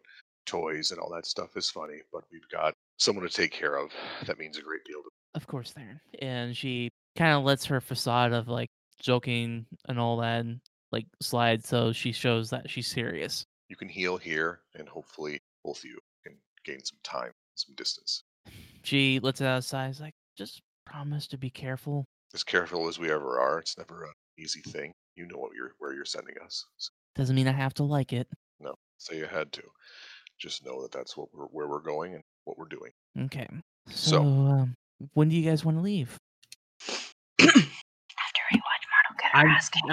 B: toys and all that stuff is funny, but we've got someone to take care of. That means a great deal. To-
C: of course Theron, and she kind of lets her facade of like joking and all that and, like slide, so she shows that she's serious.
B: you can heal here, and hopefully both of you can gain some time, some distance.
C: She lets it outside. Is like just promise to be careful.
B: As careful as we ever are, it's never an easy thing. You know what you're where you're sending us. So,
C: Doesn't mean I have to like it.
B: no, say you had to. Just know that that's what we're where we're going and what we're doing.
C: Okay. So,
B: So-
C: um, when do you guys want to leave?
E: after we watch Mortal get
F: I'm-
E: her ass kicked.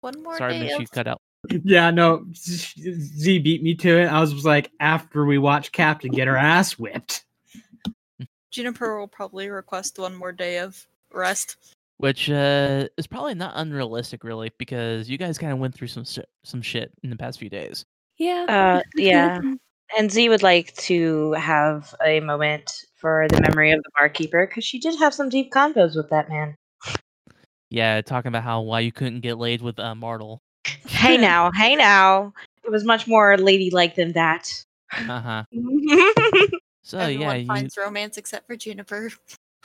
G: One more
C: Sorry,
G: day
C: Miss, you
G: of
C: cut out.
F: Yeah, no, Z Z beat me to it. I was just like, after we watch Captain get her ass whipped.
G: Juniper will probably request one more day of rest.
C: Which uh, is probably not unrealistic, really, because you guys kind of went through some si- some shit in the past few days.
D: Yeah.
E: Uh,
D: it's good.
E: yeah. And Z would like to have a moment for the memory of the barkeeper because she did have some deep convos with that man.
C: Yeah, talking about how why you couldn't get laid with uh, Martel.
E: Hey now, hey now. It was much more ladylike than that.
C: Uh huh. So
G: Everyone
C: Oh, yeah, you,
G: finds romance except for Juniper.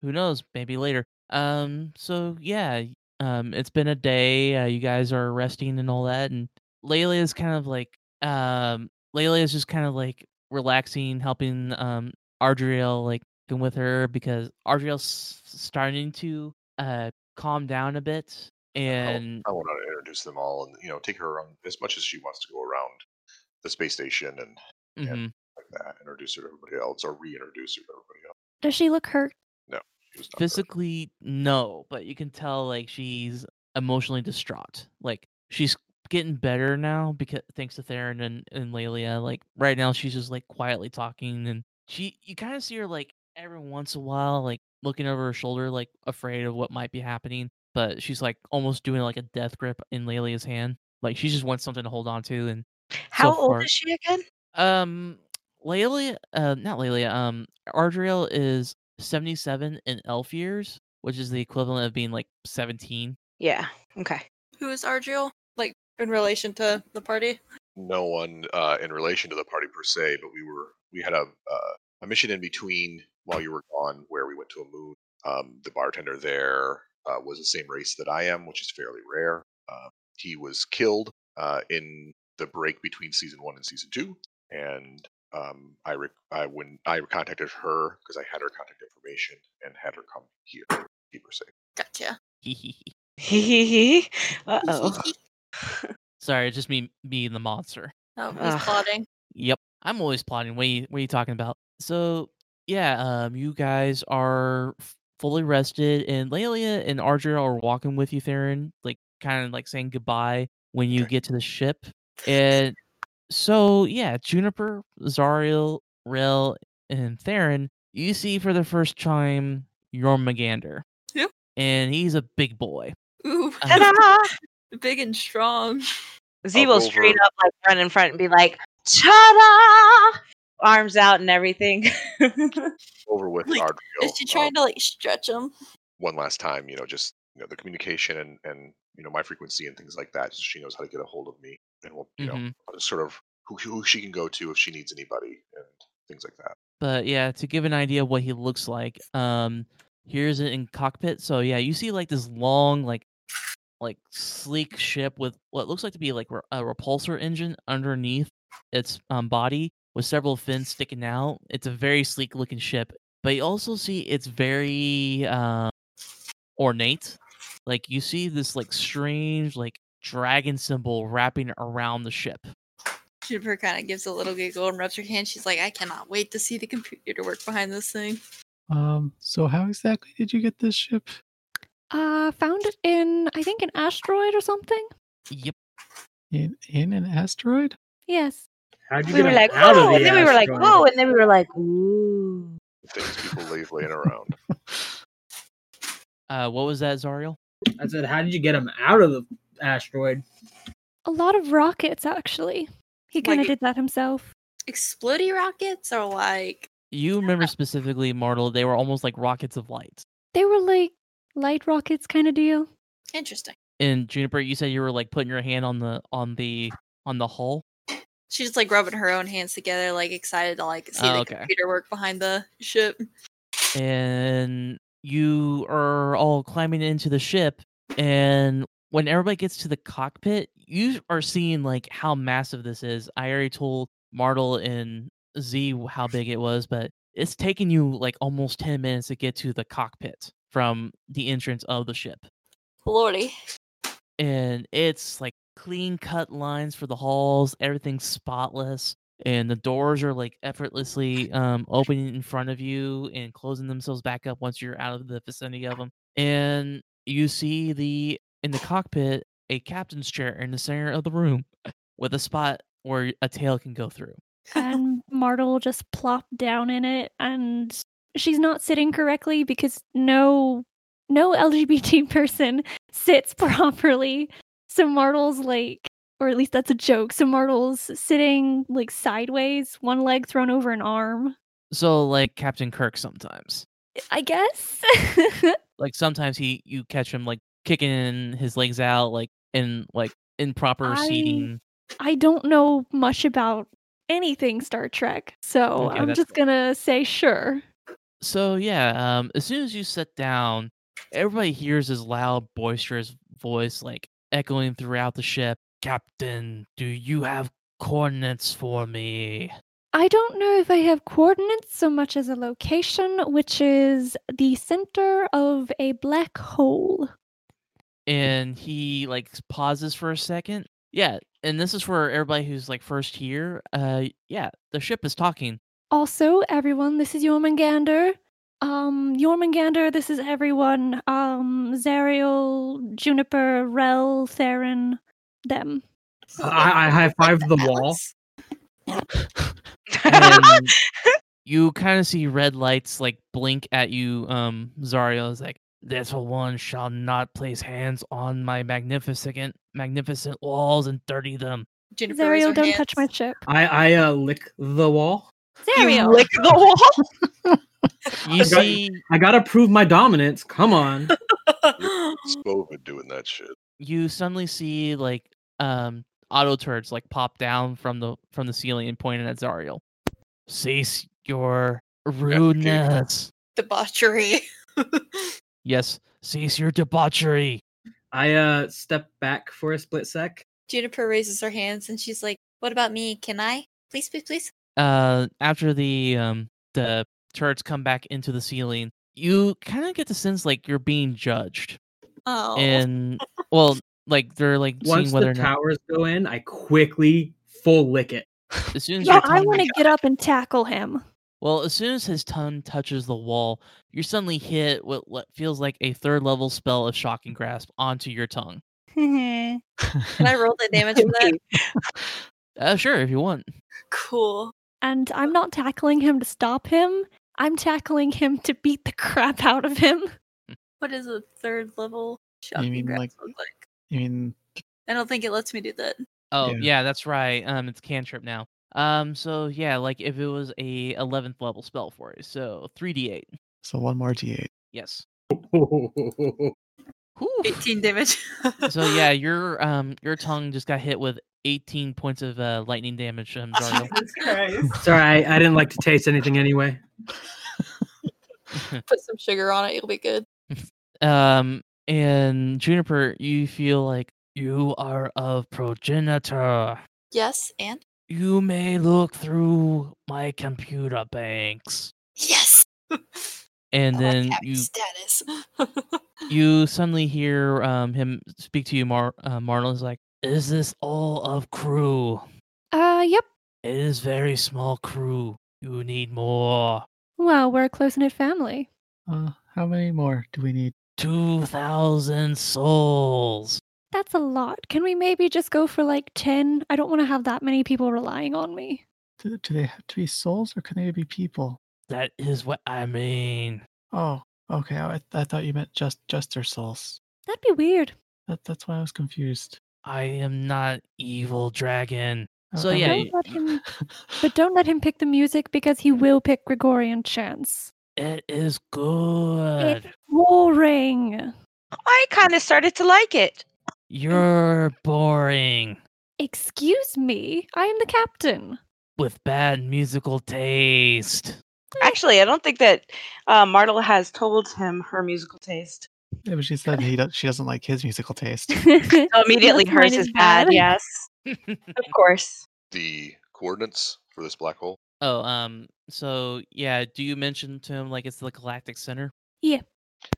C: who knows? Maybe later. Um. So yeah. y- Um. It's been a day. Uh, you guys are resting and all that, and Layla is kind of like um Layla is just kind of like relaxing, helping um Ardriel like come with her because Ardriel's s- starting to uh calm down a bit and
B: I want to introduce them all, and you know, take her on as much as she wants to go around the space station and yeah.
C: mhm.
B: like that. Introduce her to everybody else, or reintroduce her to everybody else.
D: Does she look hurt?
B: She was not very-
C: physically no, but you can tell like she's emotionally distraught. Like she's getting better now because thanks to Theron and and Lelia. Like right now she's just like quietly talking and she you kind of see her like every once in a while like looking over her shoulder like afraid of what might be happening, but she's like almost doing like a death grip in Lelia's hand. Like she just wants something to hold on to and
E: How
C: so
E: old
C: far-
E: is she again?
C: um, Lelia, uh, not Lelia. Um, Ardriel is seventy-seven in elf years, which is the equivalent of being like seventeen.
E: Yeah. Okay.
G: Who is Ardriel? Like in relation to the party?
B: no one uh, in relation to the party per se, but we were we had a uh, a mission in between while you were gone where we went to a moon. Um, the bartender there uh, was the same race that I am, which is fairly rare. Uh, he was killed uh, in the break between season one and season two, and um, I, re- I when I contacted her because I had her contact information and had her come here, keep her safe.
G: Gotcha.
E: uh oh.
C: Sorry, it's just me being the monster.
G: oh, he's
C: Ah.
E: Ugh.
G: plotting.
C: Yep. I'm always plotting. What you, what you talking about? So, yeah, um, you guys are f- fully rested, and Lelia and Ardra are walking with you, Theron, like kind of like saying goodbye when you
B: Okay.
C: get to the ship. And so, yeah, Juniper, Zariel, Rel, and Theron, you see for the first time Yormagander.
G: Yep.
C: And he's a big boy.
G: Ooh,
C: Uh,
G: big and strong.
E: Z will
B: Up
E: straight
B: over.
E: up like run in front and be like, "Ta da!" Arms out and everything.
B: Over with
G: Like,
B: Ardriel.
G: Is she trying
B: um,
G: to like stretch him?
B: one last time, you know, just you know the communication and and you know my frequency and things like that. So she knows how to get a hold of me, and we'll you
D: Mm-hmm.
B: know
C: Mhm.
B: sort of who, who she can go to if she needs anybody and things like that.
C: but yeah, to give an idea of what he looks like, um, here's it in cockpit. So yeah, you see like this long, like, like sleek ship with what looks like to be like re- a repulsor engine underneath its um, body with several fins sticking out. It's a very sleek looking ship, but you also see it's very um, ornate. Like you see this like strange like dragon symbol wrapping around the ship.
G: Juniper kind of gives a little giggle and rubs her hand. She's like, I cannot wait to see the computer work behind this thing.
H: Um, so how exactly did you get this ship?
D: Uh, found it in, I think, an asteroid or something.
C: Yep.
H: In in an asteroid?
D: Yes.
F: How'd you
E: we
F: get
E: were
F: him
E: like,
F: out of
E: "Whoa!"
F: the
E: And then we were like,
F: asteroid?
E: "Whoa!" And then we were like, "Ooh."
B: The Things people leave laying around.
C: Uh, what was that, Zariel?
E: "Oh,"
F: I said, how did you get him out of the asteroid?
D: A lot of rockets, actually. He kind of
G: Like-
D: did that himself.
G: Explodey rockets are like
C: You remember specifically, Martel, they were almost like rockets of light.
D: They were like light rockets kind of deal.
G: interesting.
C: And Juniper, you said you were like putting your hand on the on the on the hull.
G: She's just like rubbing her own hands together, like excited to like see
C: Oh,
G: the
C: okay.
G: computer work behind the ship.
C: and you are all climbing into the ship and when everybody gets to the cockpit you are seeing like how massive this is i already told martel and z w- how big it was but it's taking you like almost 10 minutes to get to the cockpit from the entrance of the ship
G: Lordy.
C: and it's like clean cut lines for the halls everything's spotless and the doors are like effortlessly um opening in front of you and closing themselves back up once you're out of the vicinity of them and you see the in the cockpit a captain's chair in the center of the room with a spot where a tail can go through
D: and Martel just plopped down in it and she's not sitting correctly because no no LGBT person sits properly. So Martel's like or at least that's a joke. So Martel's sitting like sideways, one leg thrown over an arm.
C: so like captain kirk sometimes
D: I guess.
C: like sometimes he you catch him like kicking his legs out like in like improper
D: I-
C: seating
D: I don't know much about anything Star Trek. So
C: Okay,
D: I'm
C: that's
D: just
C: fair.
D: gonna say sure.
C: So yeah, um, as soon as you sit down, everybody hears his loud, boisterous voice like echoing throughout the ship, Captain, do you have coordinates for me?
D: I don't know if I have coordinates so much as a location, which is the center of a black hole.
C: and he like pauses for a second. Yeah, and this is for everybody who's like first here. Uh, yeah, the ship is talking.
D: Also, everyone, this is Jormungandr. Um, Jormungandr, this is everyone. Um, Zariel, Juniper, Rel, Theron, them.
F: I, I high five the wall.
C: And you kind of see red lights like blink at you. Um, Zario is like, "This one shall not place hands on my magnificent, magnificent walls and dirty them."
G: Juniper raise her
D: Zariel, don't
G: hands.
D: touch my chip.
F: I I uh, lick the wall.
E: You
D: Zariel!
E: lick the wall.
C: You
F: got-
C: see,
F: I gotta prove my dominance. Come on.
B: Spoven doing that shit.
C: you suddenly see like um auto turrets like pop down from the from the ceiling and pointing at Zariel. Cease your rudeness.
G: Debauchery.
C: Yes, cease your debauchery.
F: I uh step back for a split sec.
G: Juniper raises her hands and she's like, "What about me? Can I? Please, please, please."
C: Uh after the um the turrets come back into the ceiling, you kind of get the sense like you're being judged.
G: Oh,
C: And well, like they're like
F: Once
C: seeing whether
F: the
C: or not
F: towers go in, I quickly full lick it.
C: as soon as
D: Yeah,
C: your
D: I
C: tongue-
D: want to get up and tackle him.
C: Well, as soon as his tongue touches the wall, you're suddenly hit with what feels like a third level spell of shocking grasp onto your tongue.
G: can I roll the damage for that?
C: Uh, sure, if you want.
G: Cool.
D: And I'm not tackling him to stop him. I'm tackling him to beat the crap out of him.
G: What is a third level shocking
H: You mean,
G: grasp
H: like-
G: look like?
H: I mean,
G: I don't think it lets me do that.
C: Oh yeah,
H: Yeah.
C: that's right. Um, it's cantrip now. Um, so yeah, like if it was a eleventh level spell for you, so three d eight.
H: so one more d8.
C: Yes. Oof.
G: 18 damage.
C: so yeah, your um your tongue just got hit with eighteen points of uh, lightning damage. Um, Zargo.
G: Jesus Christ.
F: Sorry, I, I didn't like to taste anything anyway.
G: Put some sugar on it. It'll be good.
C: Um, and Juniper, you feel like you are of progenitor.
G: Yes, and
C: You may look through my computer banks.
G: yes.
C: And
G: I like
C: then
G: having
C: you
G: status.
C: you suddenly hear um, him speak to you, Mar- uh, Marlon's like, Is this all of crew?
D: Uh, yep.
C: It is very small crew. You need more.
D: Well, we're a close knit family.
H: Uh, how many more do we need?
C: 2,000 souls.
D: That's a lot. Can we maybe just go for like 10? I don't want to have that many people relying on me.
H: Do, do they have to be souls or can they be people?
C: That is what I mean.
H: Oh, okay. I, I thought you meant just just their souls.
D: That'd be weird.
H: That, that's why I was confused.
C: I am not evil dragon.
H: I-
C: So
H: I'm
C: yeah,
H: like-
D: Don't let him, but don't let him pick the music because he will pick Gregorian chants.
C: It is good.
D: It's boring.
E: I kind of started to like it.
C: You're boring
D: Excuse me, I am the captain.
C: with bad musical taste.
E: Actually, I don't think that uh, Martel has told him her musical taste.
H: yeah, but she said he does, she doesn't like his musical taste.
E: So Oh, immediately,
D: Unless mine
E: hers is bad. Yes, of course.
B: The coordinates for this black hole.
C: Oh, um, so yeah, do you mention to him like it's the Galactic Center?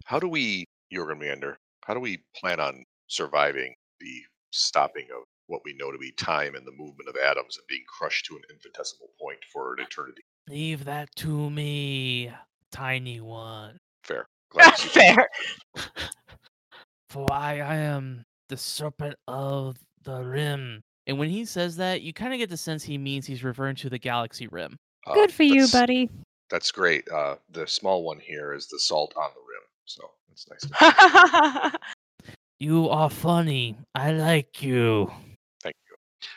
B: How do we, Jorgenmander, how do we plan on surviving the stopping of what we know to be time and the movement of atoms and being crushed to an infinitesimal point for an eternity?
C: Leave that to me, tiny one.
B: Fair. Glad
E: Not
B: to see you.
E: fair.
C: For I, I am the serpent of the rim. And when he says that, you kind of get the sense he means he's referring to the galaxy rim.
B: Uh,
D: Good for you,
B: that's-
D: buddy.
B: That's great. Uh, the small one here is the salt on the rim, so that's nice. to-
C: You are funny. I like you.
B: Thank you.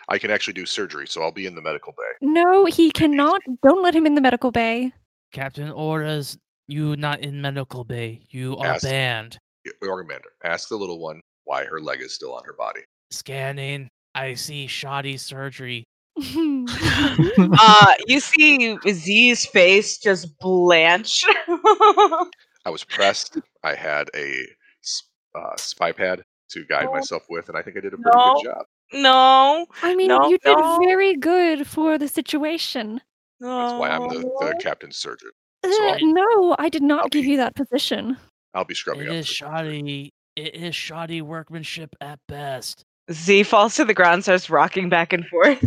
B: I can actually do surgery, so I'll be in the medical bay.
D: No, he cannot. Don't let him in the medical bay.
C: Captain orders you not in medical bay. You are
B: Yes.
C: banned.
B: Jorgenmander, ask the little one why her leg is still on her body.
C: Scanning. I see shoddy surgery.
E: uh, you see Z's face just blanch.
B: I was pressed. I had a s- uh, spy pad to guide
E: Oh.
B: myself with, and I think I did a pretty
E: No.
B: good job.
E: No.
D: I mean,
E: No,
D: you did
E: no.
D: very good for the situation.
E: No.
B: That's why I'm the, the captain surgeon.
D: Uh,
B: So I'll-
D: no, I did not
B: I'll
D: give
B: be-
D: you that position.
B: I'll be scrubbing
C: It
B: up.
C: is
B: for-
C: shoddy. It is shoddy workmanship at best.
E: Z falls to the ground, starts rocking back and forth.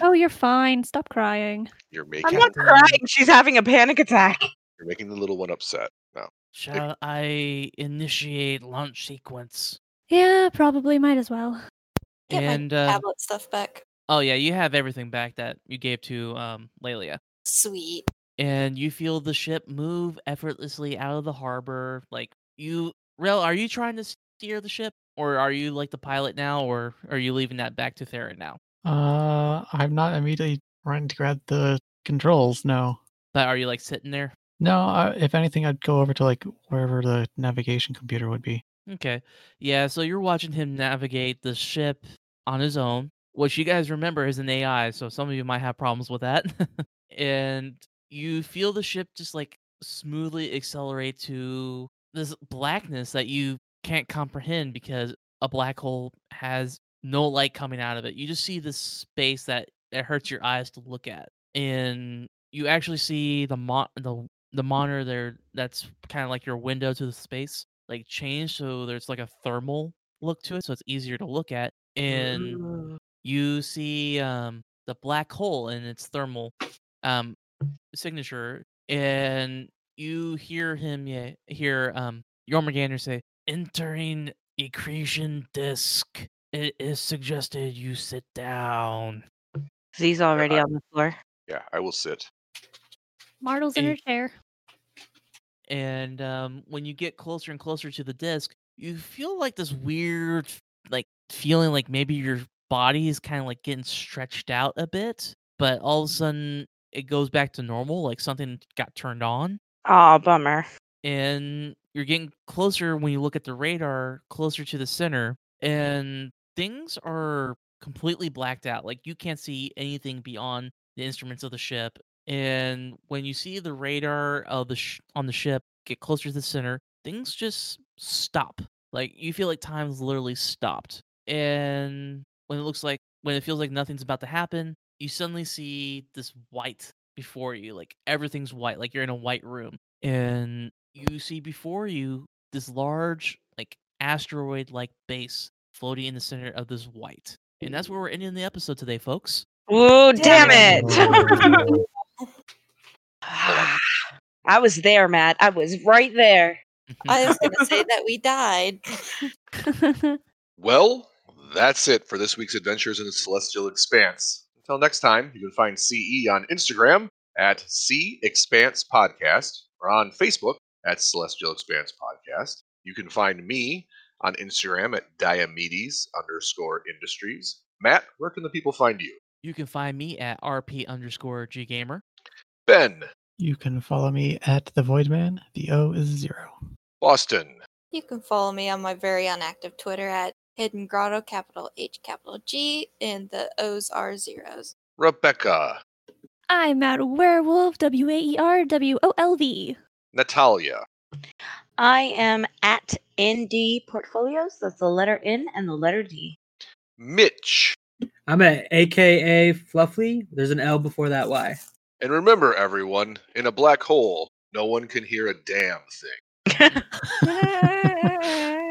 D: Oh, you're fine. Stop crying.
B: You're making
E: I'm not
C: Captain.
E: crying. She's having a panic attack.
B: you're making the little one upset. No.
C: Shall I initiate launch sequence?
D: Yeah, probably might as well.
G: Get
C: and
G: my
C: uh,
G: tablet stuff back.
C: oh yeah, you have everything back that you gave to um, Lelia.
G: Sweet.
C: and you feel the ship move effortlessly out of the harbor. Like you, Rel, are you trying to steer the ship, or are you like the pilot now, or are you leaving that back to Theron now?
H: Uh, I'm not immediately running to grab the controls. No,
C: But are you like sitting there?
H: no. I, if anything, I'd go over to like wherever the navigation computer would be.
C: Okay, yeah. So you're watching him navigate the ship on his own, which you guys remember is an AI. So some of you might have problems with that. and you feel the ship just like smoothly accelerate to this blackness that you can't comprehend because a black hole has no light coming out of it. You just see this space that it hurts your eyes to look at, and you actually see the mo- the the monitor there that's kind of like your window to the space like change so there's like a thermal look to it so it's easier to look at and you see um, the black hole in its thermal um, signature, and you hear him yeah, hear um, Jormungandr say, "Entering accretion disk. It is suggested you sit down."
E: Z's already
B: I-
E: on the floor.
B: Yeah, I will sit.
D: Martel's in
C: Eh.
D: her chair.
C: and um, when you get closer and closer to the disc, you feel like this weird, like feeling like maybe your body is kind of like getting stretched out a bit, but all of a sudden it goes back to normal, like something got turned on,
E: Aw, bummer.
C: and you're getting closer when you look at the radar, closer to the center, and things are completely blacked out. Like you can't see anything beyond the instruments of the ship. And when you see the radar of the sh- on the ship get closer to the center, things just stop. Like you feel like time's literally stopped. And when it looks like when it feels like nothing's about to happen, you suddenly see this white before you. Like everything's white. Like you're in a white room. And you see before you this large like asteroid like base floating in the center of this white. And that's where we're ending the episode today, folks.
E: Ooh, damn
G: Damn
E: it! I was there, Matt. I was right there.
G: I was gonna say that we died.
B: Well, that's it for this week's adventures in the celestial expanse. Until next time, you can find CE on Instagram at C Expanse Podcast or on Facebook at Celestial Expanse Podcast. You can find me on Instagram at Diomedes underscore Industries. Matt, where can the people find you?
C: You can find me at RP underscore G Gamer.
B: Ben,
H: You can follow me at the Voidman. The O is zero.
B: Boston,
G: You can follow me on my very unactive Twitter at Hidden Grotto, capital H, capital G, and the O's are zeros.
B: Rebecca,
D: I'm at Werewolf, W A E R W O L V.
B: Natalia,
E: I am at ND Portfolios. That's the letter N and the letter D.
B: Mitch.
F: I'm at AKA Fluffy. There's an L before that Y.
B: And remember, everyone, in a black hole, no one can hear a damn thing.